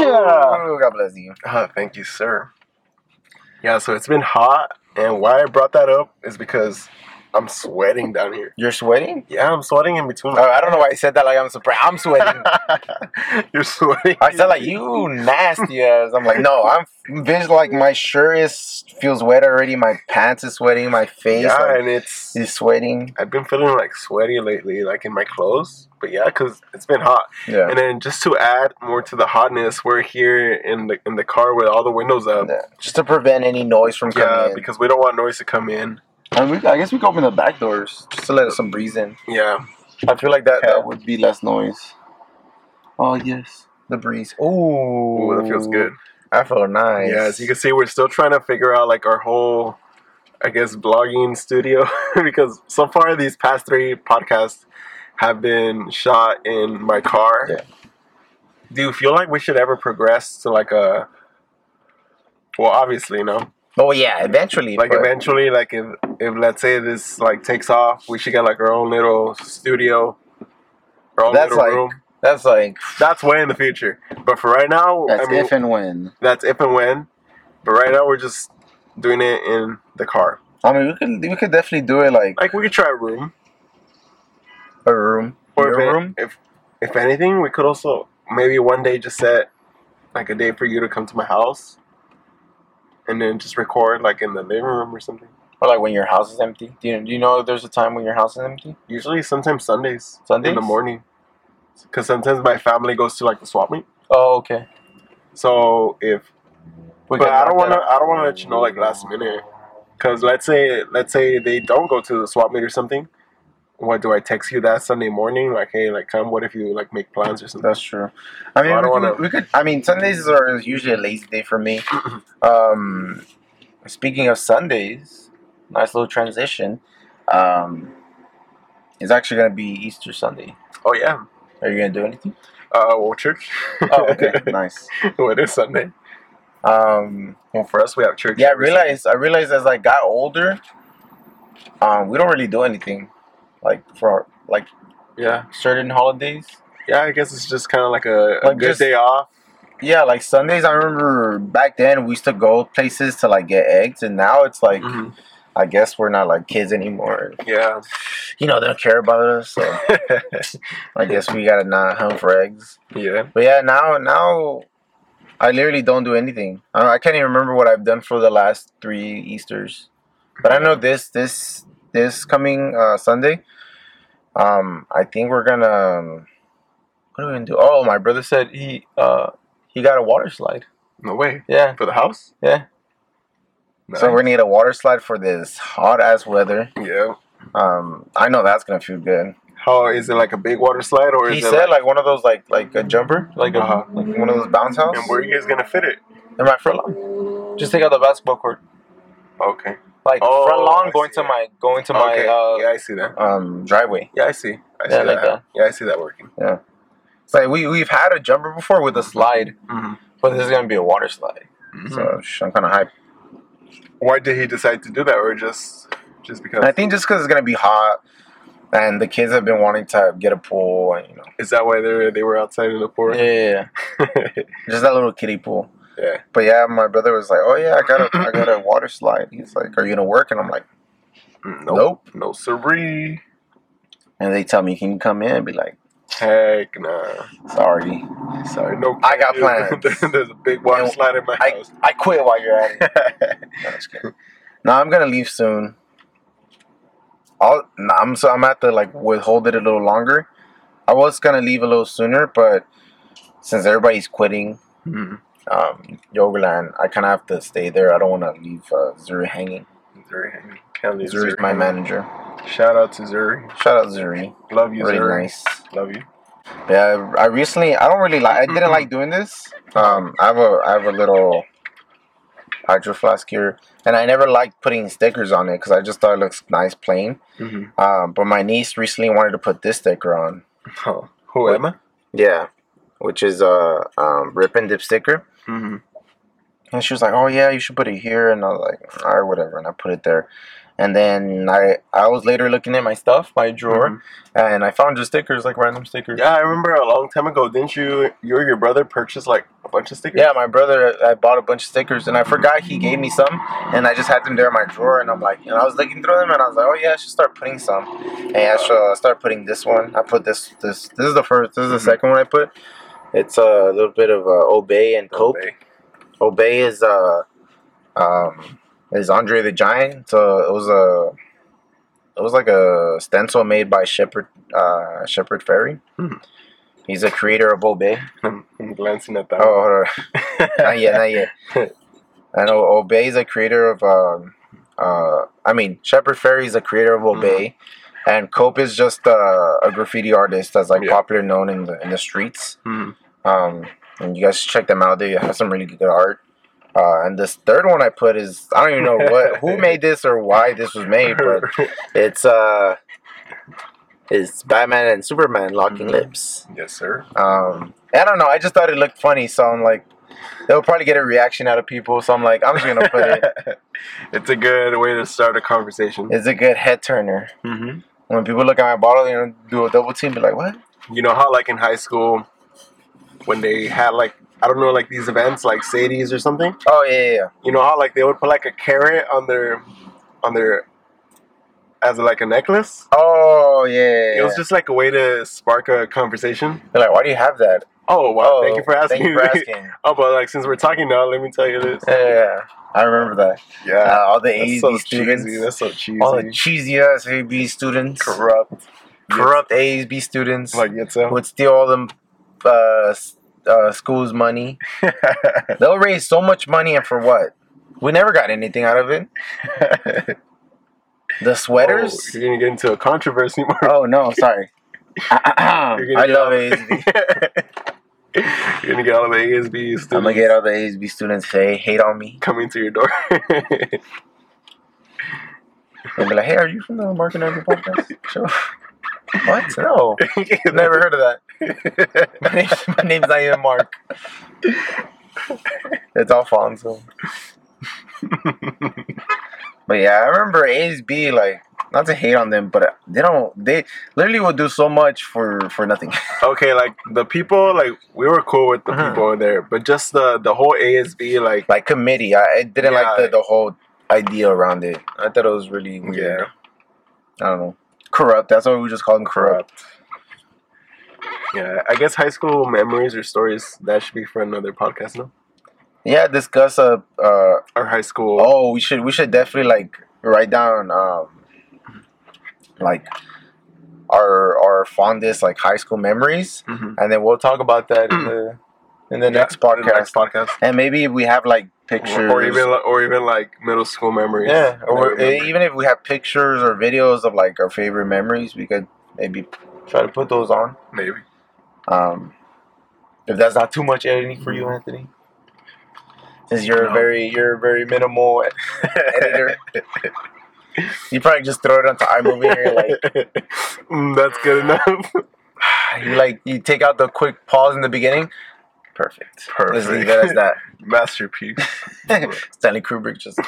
B: Oh, God bless you.
A: Ah, thank you, sir. Yeah, so it's been hot, and why I brought that up is because I'm sweating down here.
B: You're sweating?
A: Yeah, I'm sweating in between.
B: Oh, I don't know why I said that. Like I'm surprised. I'm sweating.
A: You're sweating.
B: I said like you nasty ass. I'm like no. I'm visual. Like my shirt is feels wet already. My pants is sweating. My face
A: Yeah,
B: like,
A: and it's
B: is sweating.
A: I've been feeling like sweaty lately, like in my clothes. But yeah, cause it's been hot.
B: Yeah.
A: And then just to add more to the hotness, we're here in the in the car with all the windows up.
B: Yeah. uh, Just to prevent any noise from
A: Yeah,
B: coming in.
A: because we don't want noise to come in.
B: And we, I guess we can open the back doors just to let some breeze in.
A: Yeah.
B: I feel like that,
A: Yeah.
B: that would be less noise. Oh yes, the breeze. Ooh,
A: Ooh, that feels good.
B: I feel nice.
A: Yeah, as you can see, we're still trying to figure out like our whole, I guess, blogging studio because so far these past three podcasts have been shot in my car.
B: Yeah.
A: Do you feel like we should ever progress to like a? Well, obviously, no.
B: Oh yeah, eventually.
A: Like
B: but-
A: eventually, like if if let's say this like takes off, we should get like our own little studio, our own
B: That's
A: little
B: like-
A: room.
B: That's like
A: That's way in the future, but for right now,
B: that's
A: I mean,
B: if and when.
A: that's if and when. But right now, we're just doing it in the car.
B: I mean, we could we could definitely do it like
A: Like we could try a room,
B: a room
A: if it- If if anything, we could also maybe one day just set like a day for you to come to my house, and then just record like in the living room or something.
B: or like when your house is empty. Do you do you know there's a time when your house is empty?
A: Usually, sometimes Sundays, in the
B: Sundays?
A: morning, because sometimes my family goes to like the swap meet.
B: Oh, okay.
A: So if
B: We
A: but
B: can
A: I don't
B: knock
A: want to.
B: that out.
A: I don't want to let you know like last minute, because let's say let's say they don't go to the swap meet or something. What do I text you that Sunday morning? Like, hey, like come. What if you like make plans or something?
B: That's true. I mean,
A: I don't
B: we,
A: wanna-
B: could, we could. I mean, Sundays are usually a lazy day for me. um, speaking of Sundays, nice little transition. Um, it's actually gonna be Easter Sunday.
A: Oh yeah.
B: Are you gonna do anything?
A: Uh, well, church.
B: Oh, okay, nice.
A: what is Sunday?
B: Um,
A: Well, for us, we have church.
B: Yeah, I
A: every
B: realized I realized as I got older, um, we don't really do anything like for our, like
A: Sunday. Yeah.
B: certain holidays.
A: Yeah. I guess it's just kind of like a, a
B: Like,
A: good
B: just-
A: day off.
B: Yeah, like Sundays. I remember back then we used to go places to like get eggs, and now it's
A: Mm-hmm.
B: like I guess we're not like kids anymore.
A: Yeah.
B: You know, they don't care about us. So I guess we gotta not hunt for eggs.
A: yeah.
B: But yeah, now now I literally don't do anything. I, I can't even remember what I've done for the last three Easter's. But I know this this this coming uh, Sunday. Um, I think we're gonna. Um, what are we gonna do? Oh, my brother said he uh he got a water slide.
A: No way.
B: Yeah,
A: For the house?
B: yeah. So we
A: Nice.
B: need a water slide for this hot ass weather.
A: Yeah.
B: Um, I know that's gonna feel good.
A: How is it like a big water slide or
B: He
A: is it
B: said like one of those like like a jumper, like uh, a
A: Uh-huh.
B: like one of those bounce house.
A: and where are you guys gonna fit it?
B: in my front lawn. Just take out the basketball court,
A: Okay.
B: like
A: Oh,
B: front lawn,
A: I
B: going
A: see
B: to
A: it.
B: my going to my
A: okay.
B: uh,
A: yeah, I see that.
B: um driveway.
A: Yeah, I see. I
B: Yeah,
A: see
B: like that.
A: Yeah, I see that working.
B: It's like we we've had a jumper before with a slide,
A: Mm-hmm.
B: but this is gonna be a water slide. So sh- I'm kind of hyped.
A: Why did he decide to do that, or just just because?
B: I think just because it's gonna be hot, and the kids have been wanting to get a pool, and you know,
A: is that why they were, they were outside in the porch?
B: yeah, yeah, yeah. just that little kiddie pool.
A: Yeah.
B: But yeah, my brother was like, "Oh yeah, I got a I got a water slide." He's like, "Are you gonna work?" And I'm like,
A: Mm,
B: "Nope."
A: Nope. No siree.
B: And they tell me, "Can you come in?" And be like,
A: Heck nah.
B: "Sorry,
A: Sorry, no.
B: I got
A: kidding.
B: plans.
A: There- There's a big water
B: And
A: slide in my
B: I-
A: house.
B: I quit while you're at it." No, just kidding. No, I'm gonna leave soon. I'll, no, I'm so I'm at to like withhold it a little longer. I was gonna leave a little sooner, but since everybody's quitting,
A: Mhm.
B: um, Yogaland, I kind of have to stay there. I don't want to leave uh, Zuri hanging.
A: Zuri, hanging. Can't leave
B: Zuri's
A: Zuri
B: my
A: hanging.
B: manager.
A: Shout out to Zuri.
B: Shout out Zuri.
A: Love you,
B: Really
A: Zuri.
B: nice.
A: Love you.
B: Yeah, I recently I don't really like I didn't like doing this. Um, I have a I have a little hydro flask here, and I never liked putting stickers on it because I just thought it looks nice plain.
A: Mm-hmm.
B: Um, but my niece recently wanted to put this sticker on.
A: Oh, who am I?
B: Yeah, which is a um, rip and dip sticker.
A: Mm-hmm.
B: And she was like, "Oh yeah, you should put it here." And I was like, "All right, whatever." And I put it there. And then I I was later looking at my stuff, my drawer, and I found just stickers, like random stickers.
A: Yeah, I remember a long time ago. Didn't you, you or your brother purchase like a bunch of stickers?
B: Yeah, my brother, I bought a bunch of stickers, and I forgot he gave me some, and I just had them there in my drawer, and I'm like, and I was looking through them, and I was like, oh yeah, I should start putting some, and I should uh, start putting this one. I put this, this, this is the first, this is the
A: Mhm.
B: second one I put. It's a little bit of uh, obey and cope.
A: Obey.
B: Obey is uh, um, is Andre the Giant. So it was a, it was like a stencil made by Shepard, uh, Shepard Ferry.
A: Hmm.
B: He's a creator of Obey.
A: I'm, I'm glancing at that.
B: Oh, hold on
A: one.
B: not yet, not yet. I know Obey is a creator of, um, uh, I mean, Shepard Ferry is a creator of Obey, and Cope is just uh, a graffiti artist that's like
A: Yeah.
B: popular, known in the in the streets.
A: Mhm.
B: Um, and you guys should check them out. They have some really good art. Uh, and this third one I put is I don't even know what who made this or why this was made, but it's uh, it's Batman and Superman locking
A: Mhm.
B: lips.
A: yes, sir.
B: Um, I don't know. I just thought it looked funny, so I'm like, they'll probably get a reaction out of people. So I'm like, I'm just gonna put it.
A: it's a good way to start a conversation.
B: It's a good head turner.
A: hmm
B: When people look at my bottle, they don't do a double team. Be like, what?
A: You know how, like in high school, when they had like I don't know, like these events, like Sadie's or something.
B: Oh yeah, yeah, yeah.
A: You know how like they would put like a carrot on their, on their, as like a necklace.
B: Oh yeah. yeah, yeah.
A: It was just like a way to spark a conversation.
B: They're like, why do you have that?
A: Oh wow!
B: oh,
A: thank you for asking.
B: Thank you for asking.
A: oh, but like since we're talking now, let me tell you this.
B: yeah, yeah, yeah. I remember that.
A: Yeah,
B: Uh, all the
A: that's
B: AB
A: so
B: students.
A: cheesy. That's so cheesy.
B: all the cheesy ass AB students.
A: corrupt.
B: Corrupt AB students.
A: Like
B: who
A: Yitzel.
B: would steal all them uh, s- uh, school's money. They'll raise so much money and for what? We never got anything out of it. The
A: Letters. Um,
B: sweaters?
A: Oh, you're gonna get into a controversy. Mark.
B: Oh, no, sorry.
A: You're gonna
B: I
A: get
B: love
A: all-
B: ASB.
A: you're gonna get all of the ASB students
B: I'm gonna get all the ASB students they hate on me.
A: coming to your door.
B: They'll be like, "Hey, are you from the Market Never podcast?" Sure. What? No, never heard of that. My name's, my name's not even Mark. It's Alfonso. but yeah, I remember ASB like not to hate on them, but they don't. They literally would do so much for for nothing.
A: okay, like the people, like we were cool with the
B: Mhm.
A: people in there, but just the the whole ASB, like
B: like committee. I, I didn't like
A: Yeah.
B: the, the whole idea around it. I thought it was really weird.
A: yeah,
B: I don't know. Corrupt. That's why we just call them corrupt.
A: uh, yeah. I guess high school memories or stories that should be for another podcast, no?
B: Yeah, discuss a. Uh,
A: Or high school.
B: oh, we should we should definitely like write down um, like our our fondest like high school memories,
A: Mhm.
B: and then we'll talk about that in the in the
A: Yeah,
B: next
A: in the
B: podcast.
A: next podcast.
B: and maybe if we have like pictures,
A: Or even li- or even like middle school memories.
B: yeah,
A: that we
B: or eh,
A: remember.
B: even if we have pictures or videos of like our favorite memories, we could maybe try to put those on.
A: maybe.
B: Um, if that's not too much editing for you, Anthony, since you're a
A: No.
B: very you're a very minimal e-, editor, you probably just throw it onto iMovie and you're like
A: Mm, that's good enough.
B: you like you take out the quick pause in the beginning. Perfect. Let's leave it as that.
A: Masterpiece.
B: Stanley Kubrick just.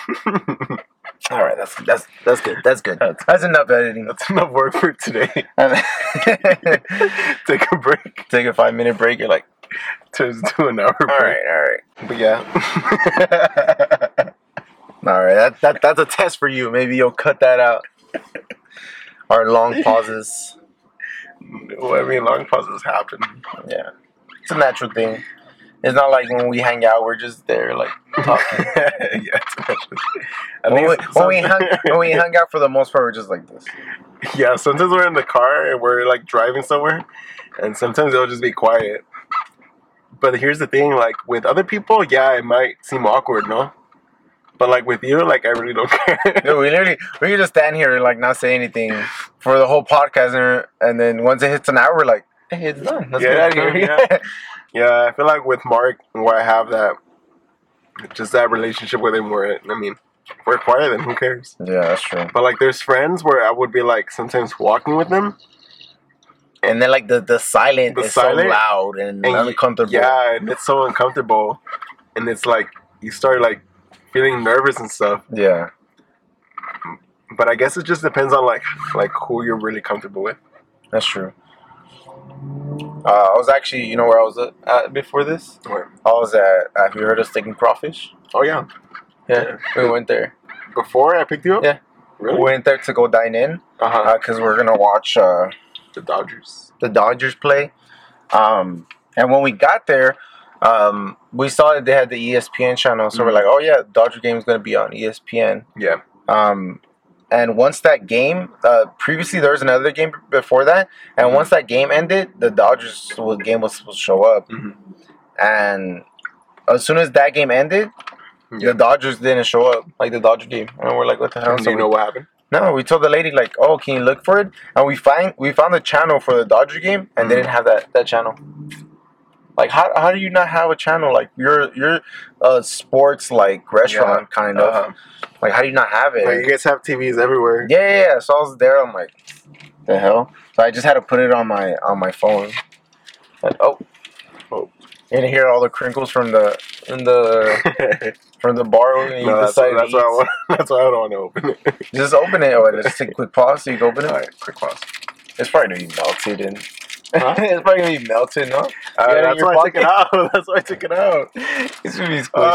B: All right, that's that's that's good. That's good. That's enough editing.
A: That's enough work for today. Take a break.
B: Take a five minute break. You're like,
A: Turns into an hour break.
B: all right, all right,
A: But yeah.
B: all right. That, that that's a test for you. Maybe you'll cut that out. Our long pauses.
A: Well, I mean, long pauses happen.
B: Yeah, it's a natural thing. It's not like when we hang out, we're just there like talking.
A: yeah, it's precious. At
B: When we,
A: least
B: when we
A: some-
B: hung when we hung out for the most part, we're just like this.
A: yeah, sometimes we're in the car and we're like driving somewhere, and sometimes it'll just be quiet. But here's the thing: like with other people, yeah, it might seem awkward, no. But like with you, like I really don't care.
B: Dude, we literally we could just stand here and like not say anything for the whole podcast, and, and then once it hits an hour, we're like, hey, it's done. Let's
A: Yeah,
B: get out
A: it's
B: of here.
A: done, yeah, I feel like with Mark, where I have that, just that relationship with him, where I mean, we're quiet, then who cares?
B: yeah, that's true.
A: But like, there's friends where I would be like sometimes walking with them,
B: And then like the the silent
A: The
B: is so
A: silent?
B: loud and,
A: and you-
B: uncomfortable.
A: Yeah, and it's so uncomfortable, and it's like you start like feeling nervous and stuff.
B: yeah,
A: But I guess it just depends on like like who you're really comfortable with.
B: that's true. Uh, I was actually, you know, where I was at, at before this.
A: Where?
B: I was at. Have you heard of Steak and Crawfish?
A: Oh yeah,
B: Yeah, we went there.
A: before I picked you up.
B: Yeah.
A: really?
B: We went there to go dine in
A: uh huh.
B: because we're gonna watch. Uh,
A: The Dodgers.
B: the Dodgers play. Um, and when we got there, um, we saw that they had the E ESPN channel, so we're
A: Mhm.
B: like, "Oh yeah, Dodger game is going to be on E ESPN."
A: Yeah.
B: Um, and once that game, uh, previously there was another game before that, and
A: Mhm.
B: once that game ended, the Dodgers was- game was supposed to show up,
A: Mhm.
B: and as soon as that game ended,
A: Yeah.
B: the Dodgers didn't show up, like the Dodger game, and we're like, "What the hell?"
A: Do
B: So
A: you
B: we-
A: know what happened?
B: no, we told the lady like, "Oh, can you look for it?" And we find we found the channel for the Dodger game, and they
A: Mhm.
B: didn't have that that channel. Like, how, how do you not have a channel? Like, you're you're a sports like restaurant kind of.
A: Uh,
B: Like, how do you not have it?
A: like you guys have TVs everywhere.
B: yeah, yeah, yeah. So I was there. I'm like, the hell. So I just had to put it on my on my phone. And, oh,
A: Oh.
B: You're gonna hear all the crinkles from the in the from the bar when you
A: no, that's, that's why
B: decide to
A: I
B: eat.
A: want, that's why I don't want to open it. Uh,
B: Just open it. Oh, let's take a quick pause so you can open it.
A: All right, quick pause.
B: It's probably gonna be melted in.
A: Huh?
B: it's probably gonna be melted, no?
A: Uh,
B: it in
A: that's
B: your
A: why I took it out. That's why I took it out.
B: It's gonna be squishy.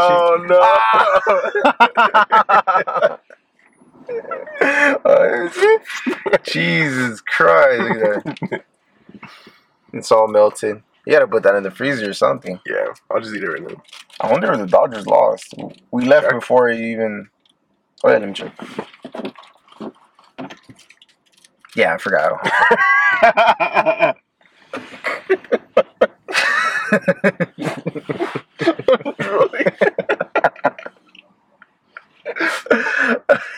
B: Ah!
A: Oh no!
B: Jesus Christ! Look at that. It's all melted. You gotta put that in the freezer or something.
A: yeah, I'll just eat it right now.
B: I wonder if the Dodgers lost. We left
A: Check.
B: before it even. Oh, yeah, let me check. Yeah, I forgot.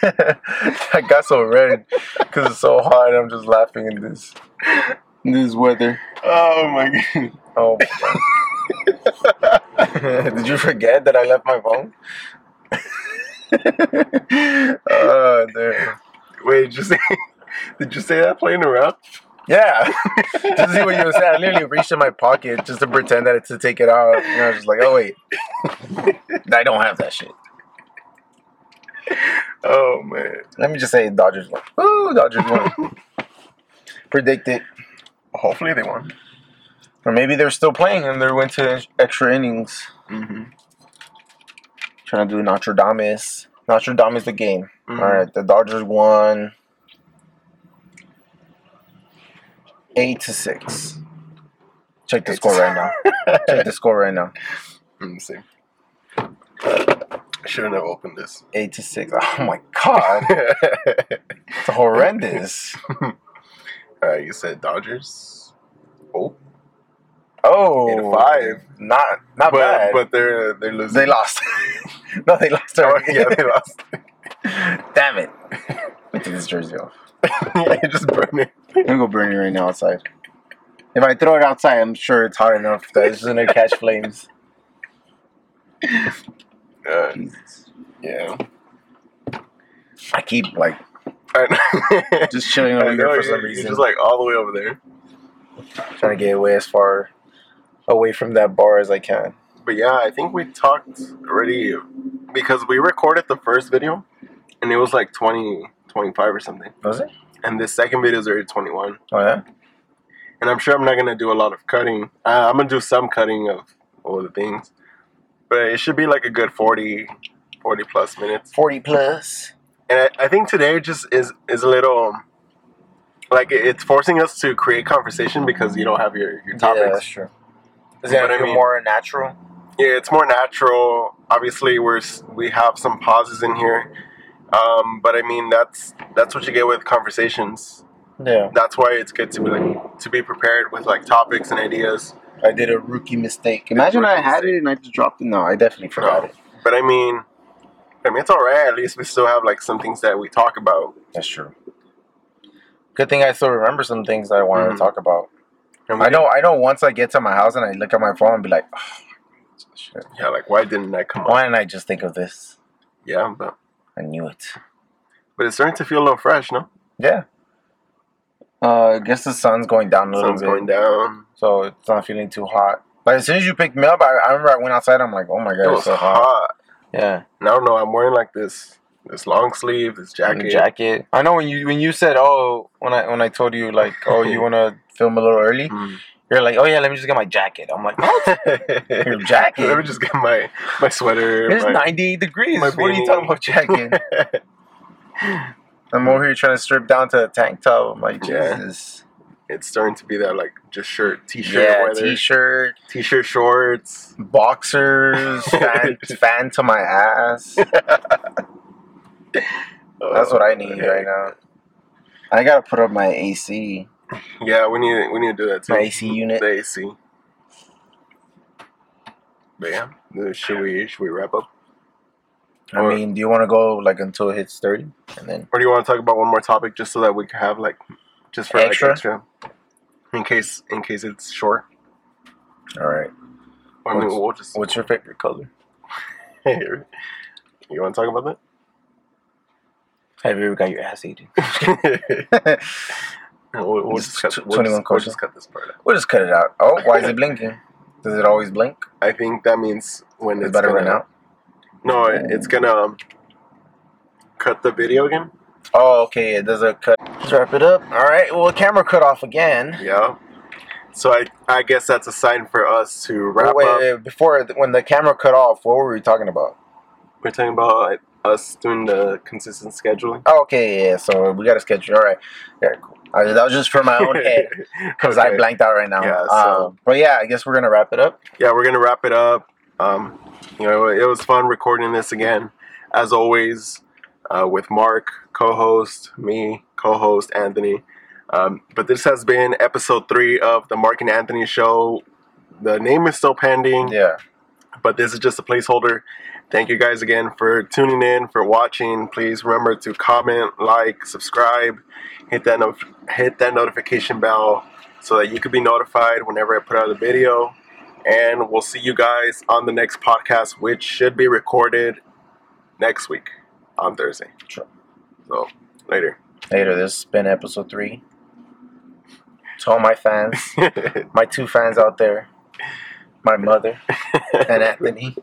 B: I got so red because it's so hot. I'm just laughing in this this weather.
A: oh my god.
B: Oh. Did you forget that I left my phone? oh, dude.
A: Wait, did you say did you say that playing around?
B: Yeah. to see what you said, I literally reached in my pocket just to pretend that it's to take it out. And I was just like, oh, wait. I don't have that shit.
A: Oh man.
B: Let me just say Dodgers won. Ooh, Dodgers won. Predict it.
A: Hopefully they won.
B: Or maybe they're still playing and they went to extra innings.
A: Mm-hmm.
B: Trying to do Notre Dame. Notre Dame is the game.
A: Mhm.
B: All right, the Dodgers won eight to six. Check
A: Eight
B: the
A: to
B: score right
A: six.
B: now. Check the score right now.
A: Let me see. I shouldn't have opened this.
B: Eight to six. Oh my god, it's horrendous.
A: Alright, you said Dodgers. Oh.
B: Oh,
A: Eight to five.
B: Not not
A: but
B: bad.
A: but Oh, they're they're
B: they
A: losing.
B: lost. no, they lost already.
A: yeah, they lost.
B: Damn it. Let me take this jersey off.
A: yeah, you just burn it.
B: I'm gonna go burn it right now outside. If I throw it outside, I'm sure it's hot enough that it's gonna catch flames.
A: Uh,
B: Jesus.
A: yeah.
B: I keep like
A: I,
B: just chilling
A: I know
B: over here
A: you're,
B: for some
A: you're
B: reason,
A: just like all the way over there.
B: trying to get away as far away from that bar as I can.
A: But yeah, I think we talked already because we recorded the first video and it was like 20, 25 or something.
B: Was it?
A: And the second video is already 21.
B: Oh yeah.
A: And I'm sure I'm not going to do a lot of cutting. Uh, I'm going to do some cutting of all the things. But it should be like a good 40, 40 plus minutes.
B: Forty plus.
A: And I, I think today just is, is a little like it- it's forcing us to create conversation because you don't have your, your
B: Yeah,
A: topics.
B: that's true. Is
A: But
B: that
A: I
B: feel
A: mean-
B: more natural?
A: yeah it's more natural obviously we're s- we have some pauses in here um, but i mean that's that's what you get with conversations
B: Yeah.
A: that's why it's good to be like to be prepared with like topics and ideas
B: I did a rookie mistake. Imagine
A: Rookie
B: I had
A: mistake.
B: it and I just dropped it. No, I definitely forgot
A: No.
B: it.
A: but i mean i mean it's all right at least we still have like some things that we talk about
B: That's true. Good thing I still remember some things that I wanted
A: Mhm.
B: to talk about.
A: and we
B: I know. I know. Once I get to my house and I look at my phone and be like, oh, "Shit,
A: didn't- yeah like why didn't that come up
B: why didn't I just think of this?
A: yeah but
B: I knew it."
A: but it's starting to feel a little fresh no
B: Yeah. Uh, I guess the sun's going down a little
A: sun's
B: bit,
A: going down
B: so it's not feeling too hot. But as soon as you picked me up, I, I remember I went outside. I'm like, "Oh my
A: it
B: god,
A: was
B: it's so hot!"
A: hot
B: Yeah,
A: and i don't know i'm wearing like this this long sleeve this
B: and the
A: jacket
B: jacket. I know when you when you said, "Oh," when I when I told you like, "Oh, you want to film a little early,"
A: Mm.
B: you're like, "Oh yeah, let me just get my jacket." I'm like, "Your jacket?
A: Let me just get my my sweater.
B: It's
A: my-
B: 98 degrees.
A: my
B: What are
A: beanie.
B: you talking about jacket?" I'm over here trying to strip down to a tank top. I'm like,
A: Yeah.
B: Jesus.
A: it's starting to be that like just shirt, t-shirt
B: Yeah,
A: weather,
B: t-shirt,
A: t-shirt shorts.
B: boxers, fan, fan to my ass. That's what I
A: Uh,
B: need right now. I gotta put up my AC.
A: Yeah, we need we need to do that too.
B: My AC unit.
A: The AC. But yeah, uh, should we should we wrap up,
B: I
A: Or-
B: mean, do you want to go like until it hits thirty, and then
A: or do you want to talk about one more topic just so that we can have like just for
B: Extra?
A: Like, extra in case in case it's short.
B: all right.
A: I mean,
B: What's-
A: we'll just.
B: What's your favorite color?
A: you want to talk about that?
B: Have you ever got your ass eaten?
A: we'll, we'll
B: It's
A: just cut, we'll, just,
B: tw- 21
A: we'll
B: questions.
A: just cut this part out.
B: We'll just cut it out. Oh, why is it blinking? Does it always blink?
A: I think that means when
B: Is
A: it's
B: it better
A: gonna,
B: right now?
A: No, it, it's gonna um, cut the video again.
B: Oh, okay. It does a cut. Let's wrap it up. All right. Well, camera cut off again.
A: Yeah. So I I guess that's a sign for us to wrap
B: wait,
A: up.
B: wait, wait, before when the camera cut off, what were we talking about?
A: We're talking about us doing the consistent scheduling.
B: Oh, okay, yeah. So we got a schedule. All right. Yeah, cool. All right, that was just for my own head because I
A: Okay.
B: blanked out right now.
A: Yeah, so-
B: um, but yeah, I guess we're gonna wrap it up.
A: yeah, we're gonna wrap it up. Um, you know, it was fun recording this again, as always, uh, with Mark, co-host, me, co-host Anthony. Um, but this has been episode three of the Mark and Anthony show. The name is still pending,
B: Yeah.
A: but this is just a placeholder. Thank you guys again for tuning in, for watching. Please remember to comment, like, subscribe, hit that no- hit that notification bell so that you can be notified whenever I put out a video. And we'll see you guys on the next podcast, which should be recorded next week on Thursday.
B: Sure.
A: So later.
B: Later. This has been episode three. To all my fans, my two fans out there, my mother and Anthony.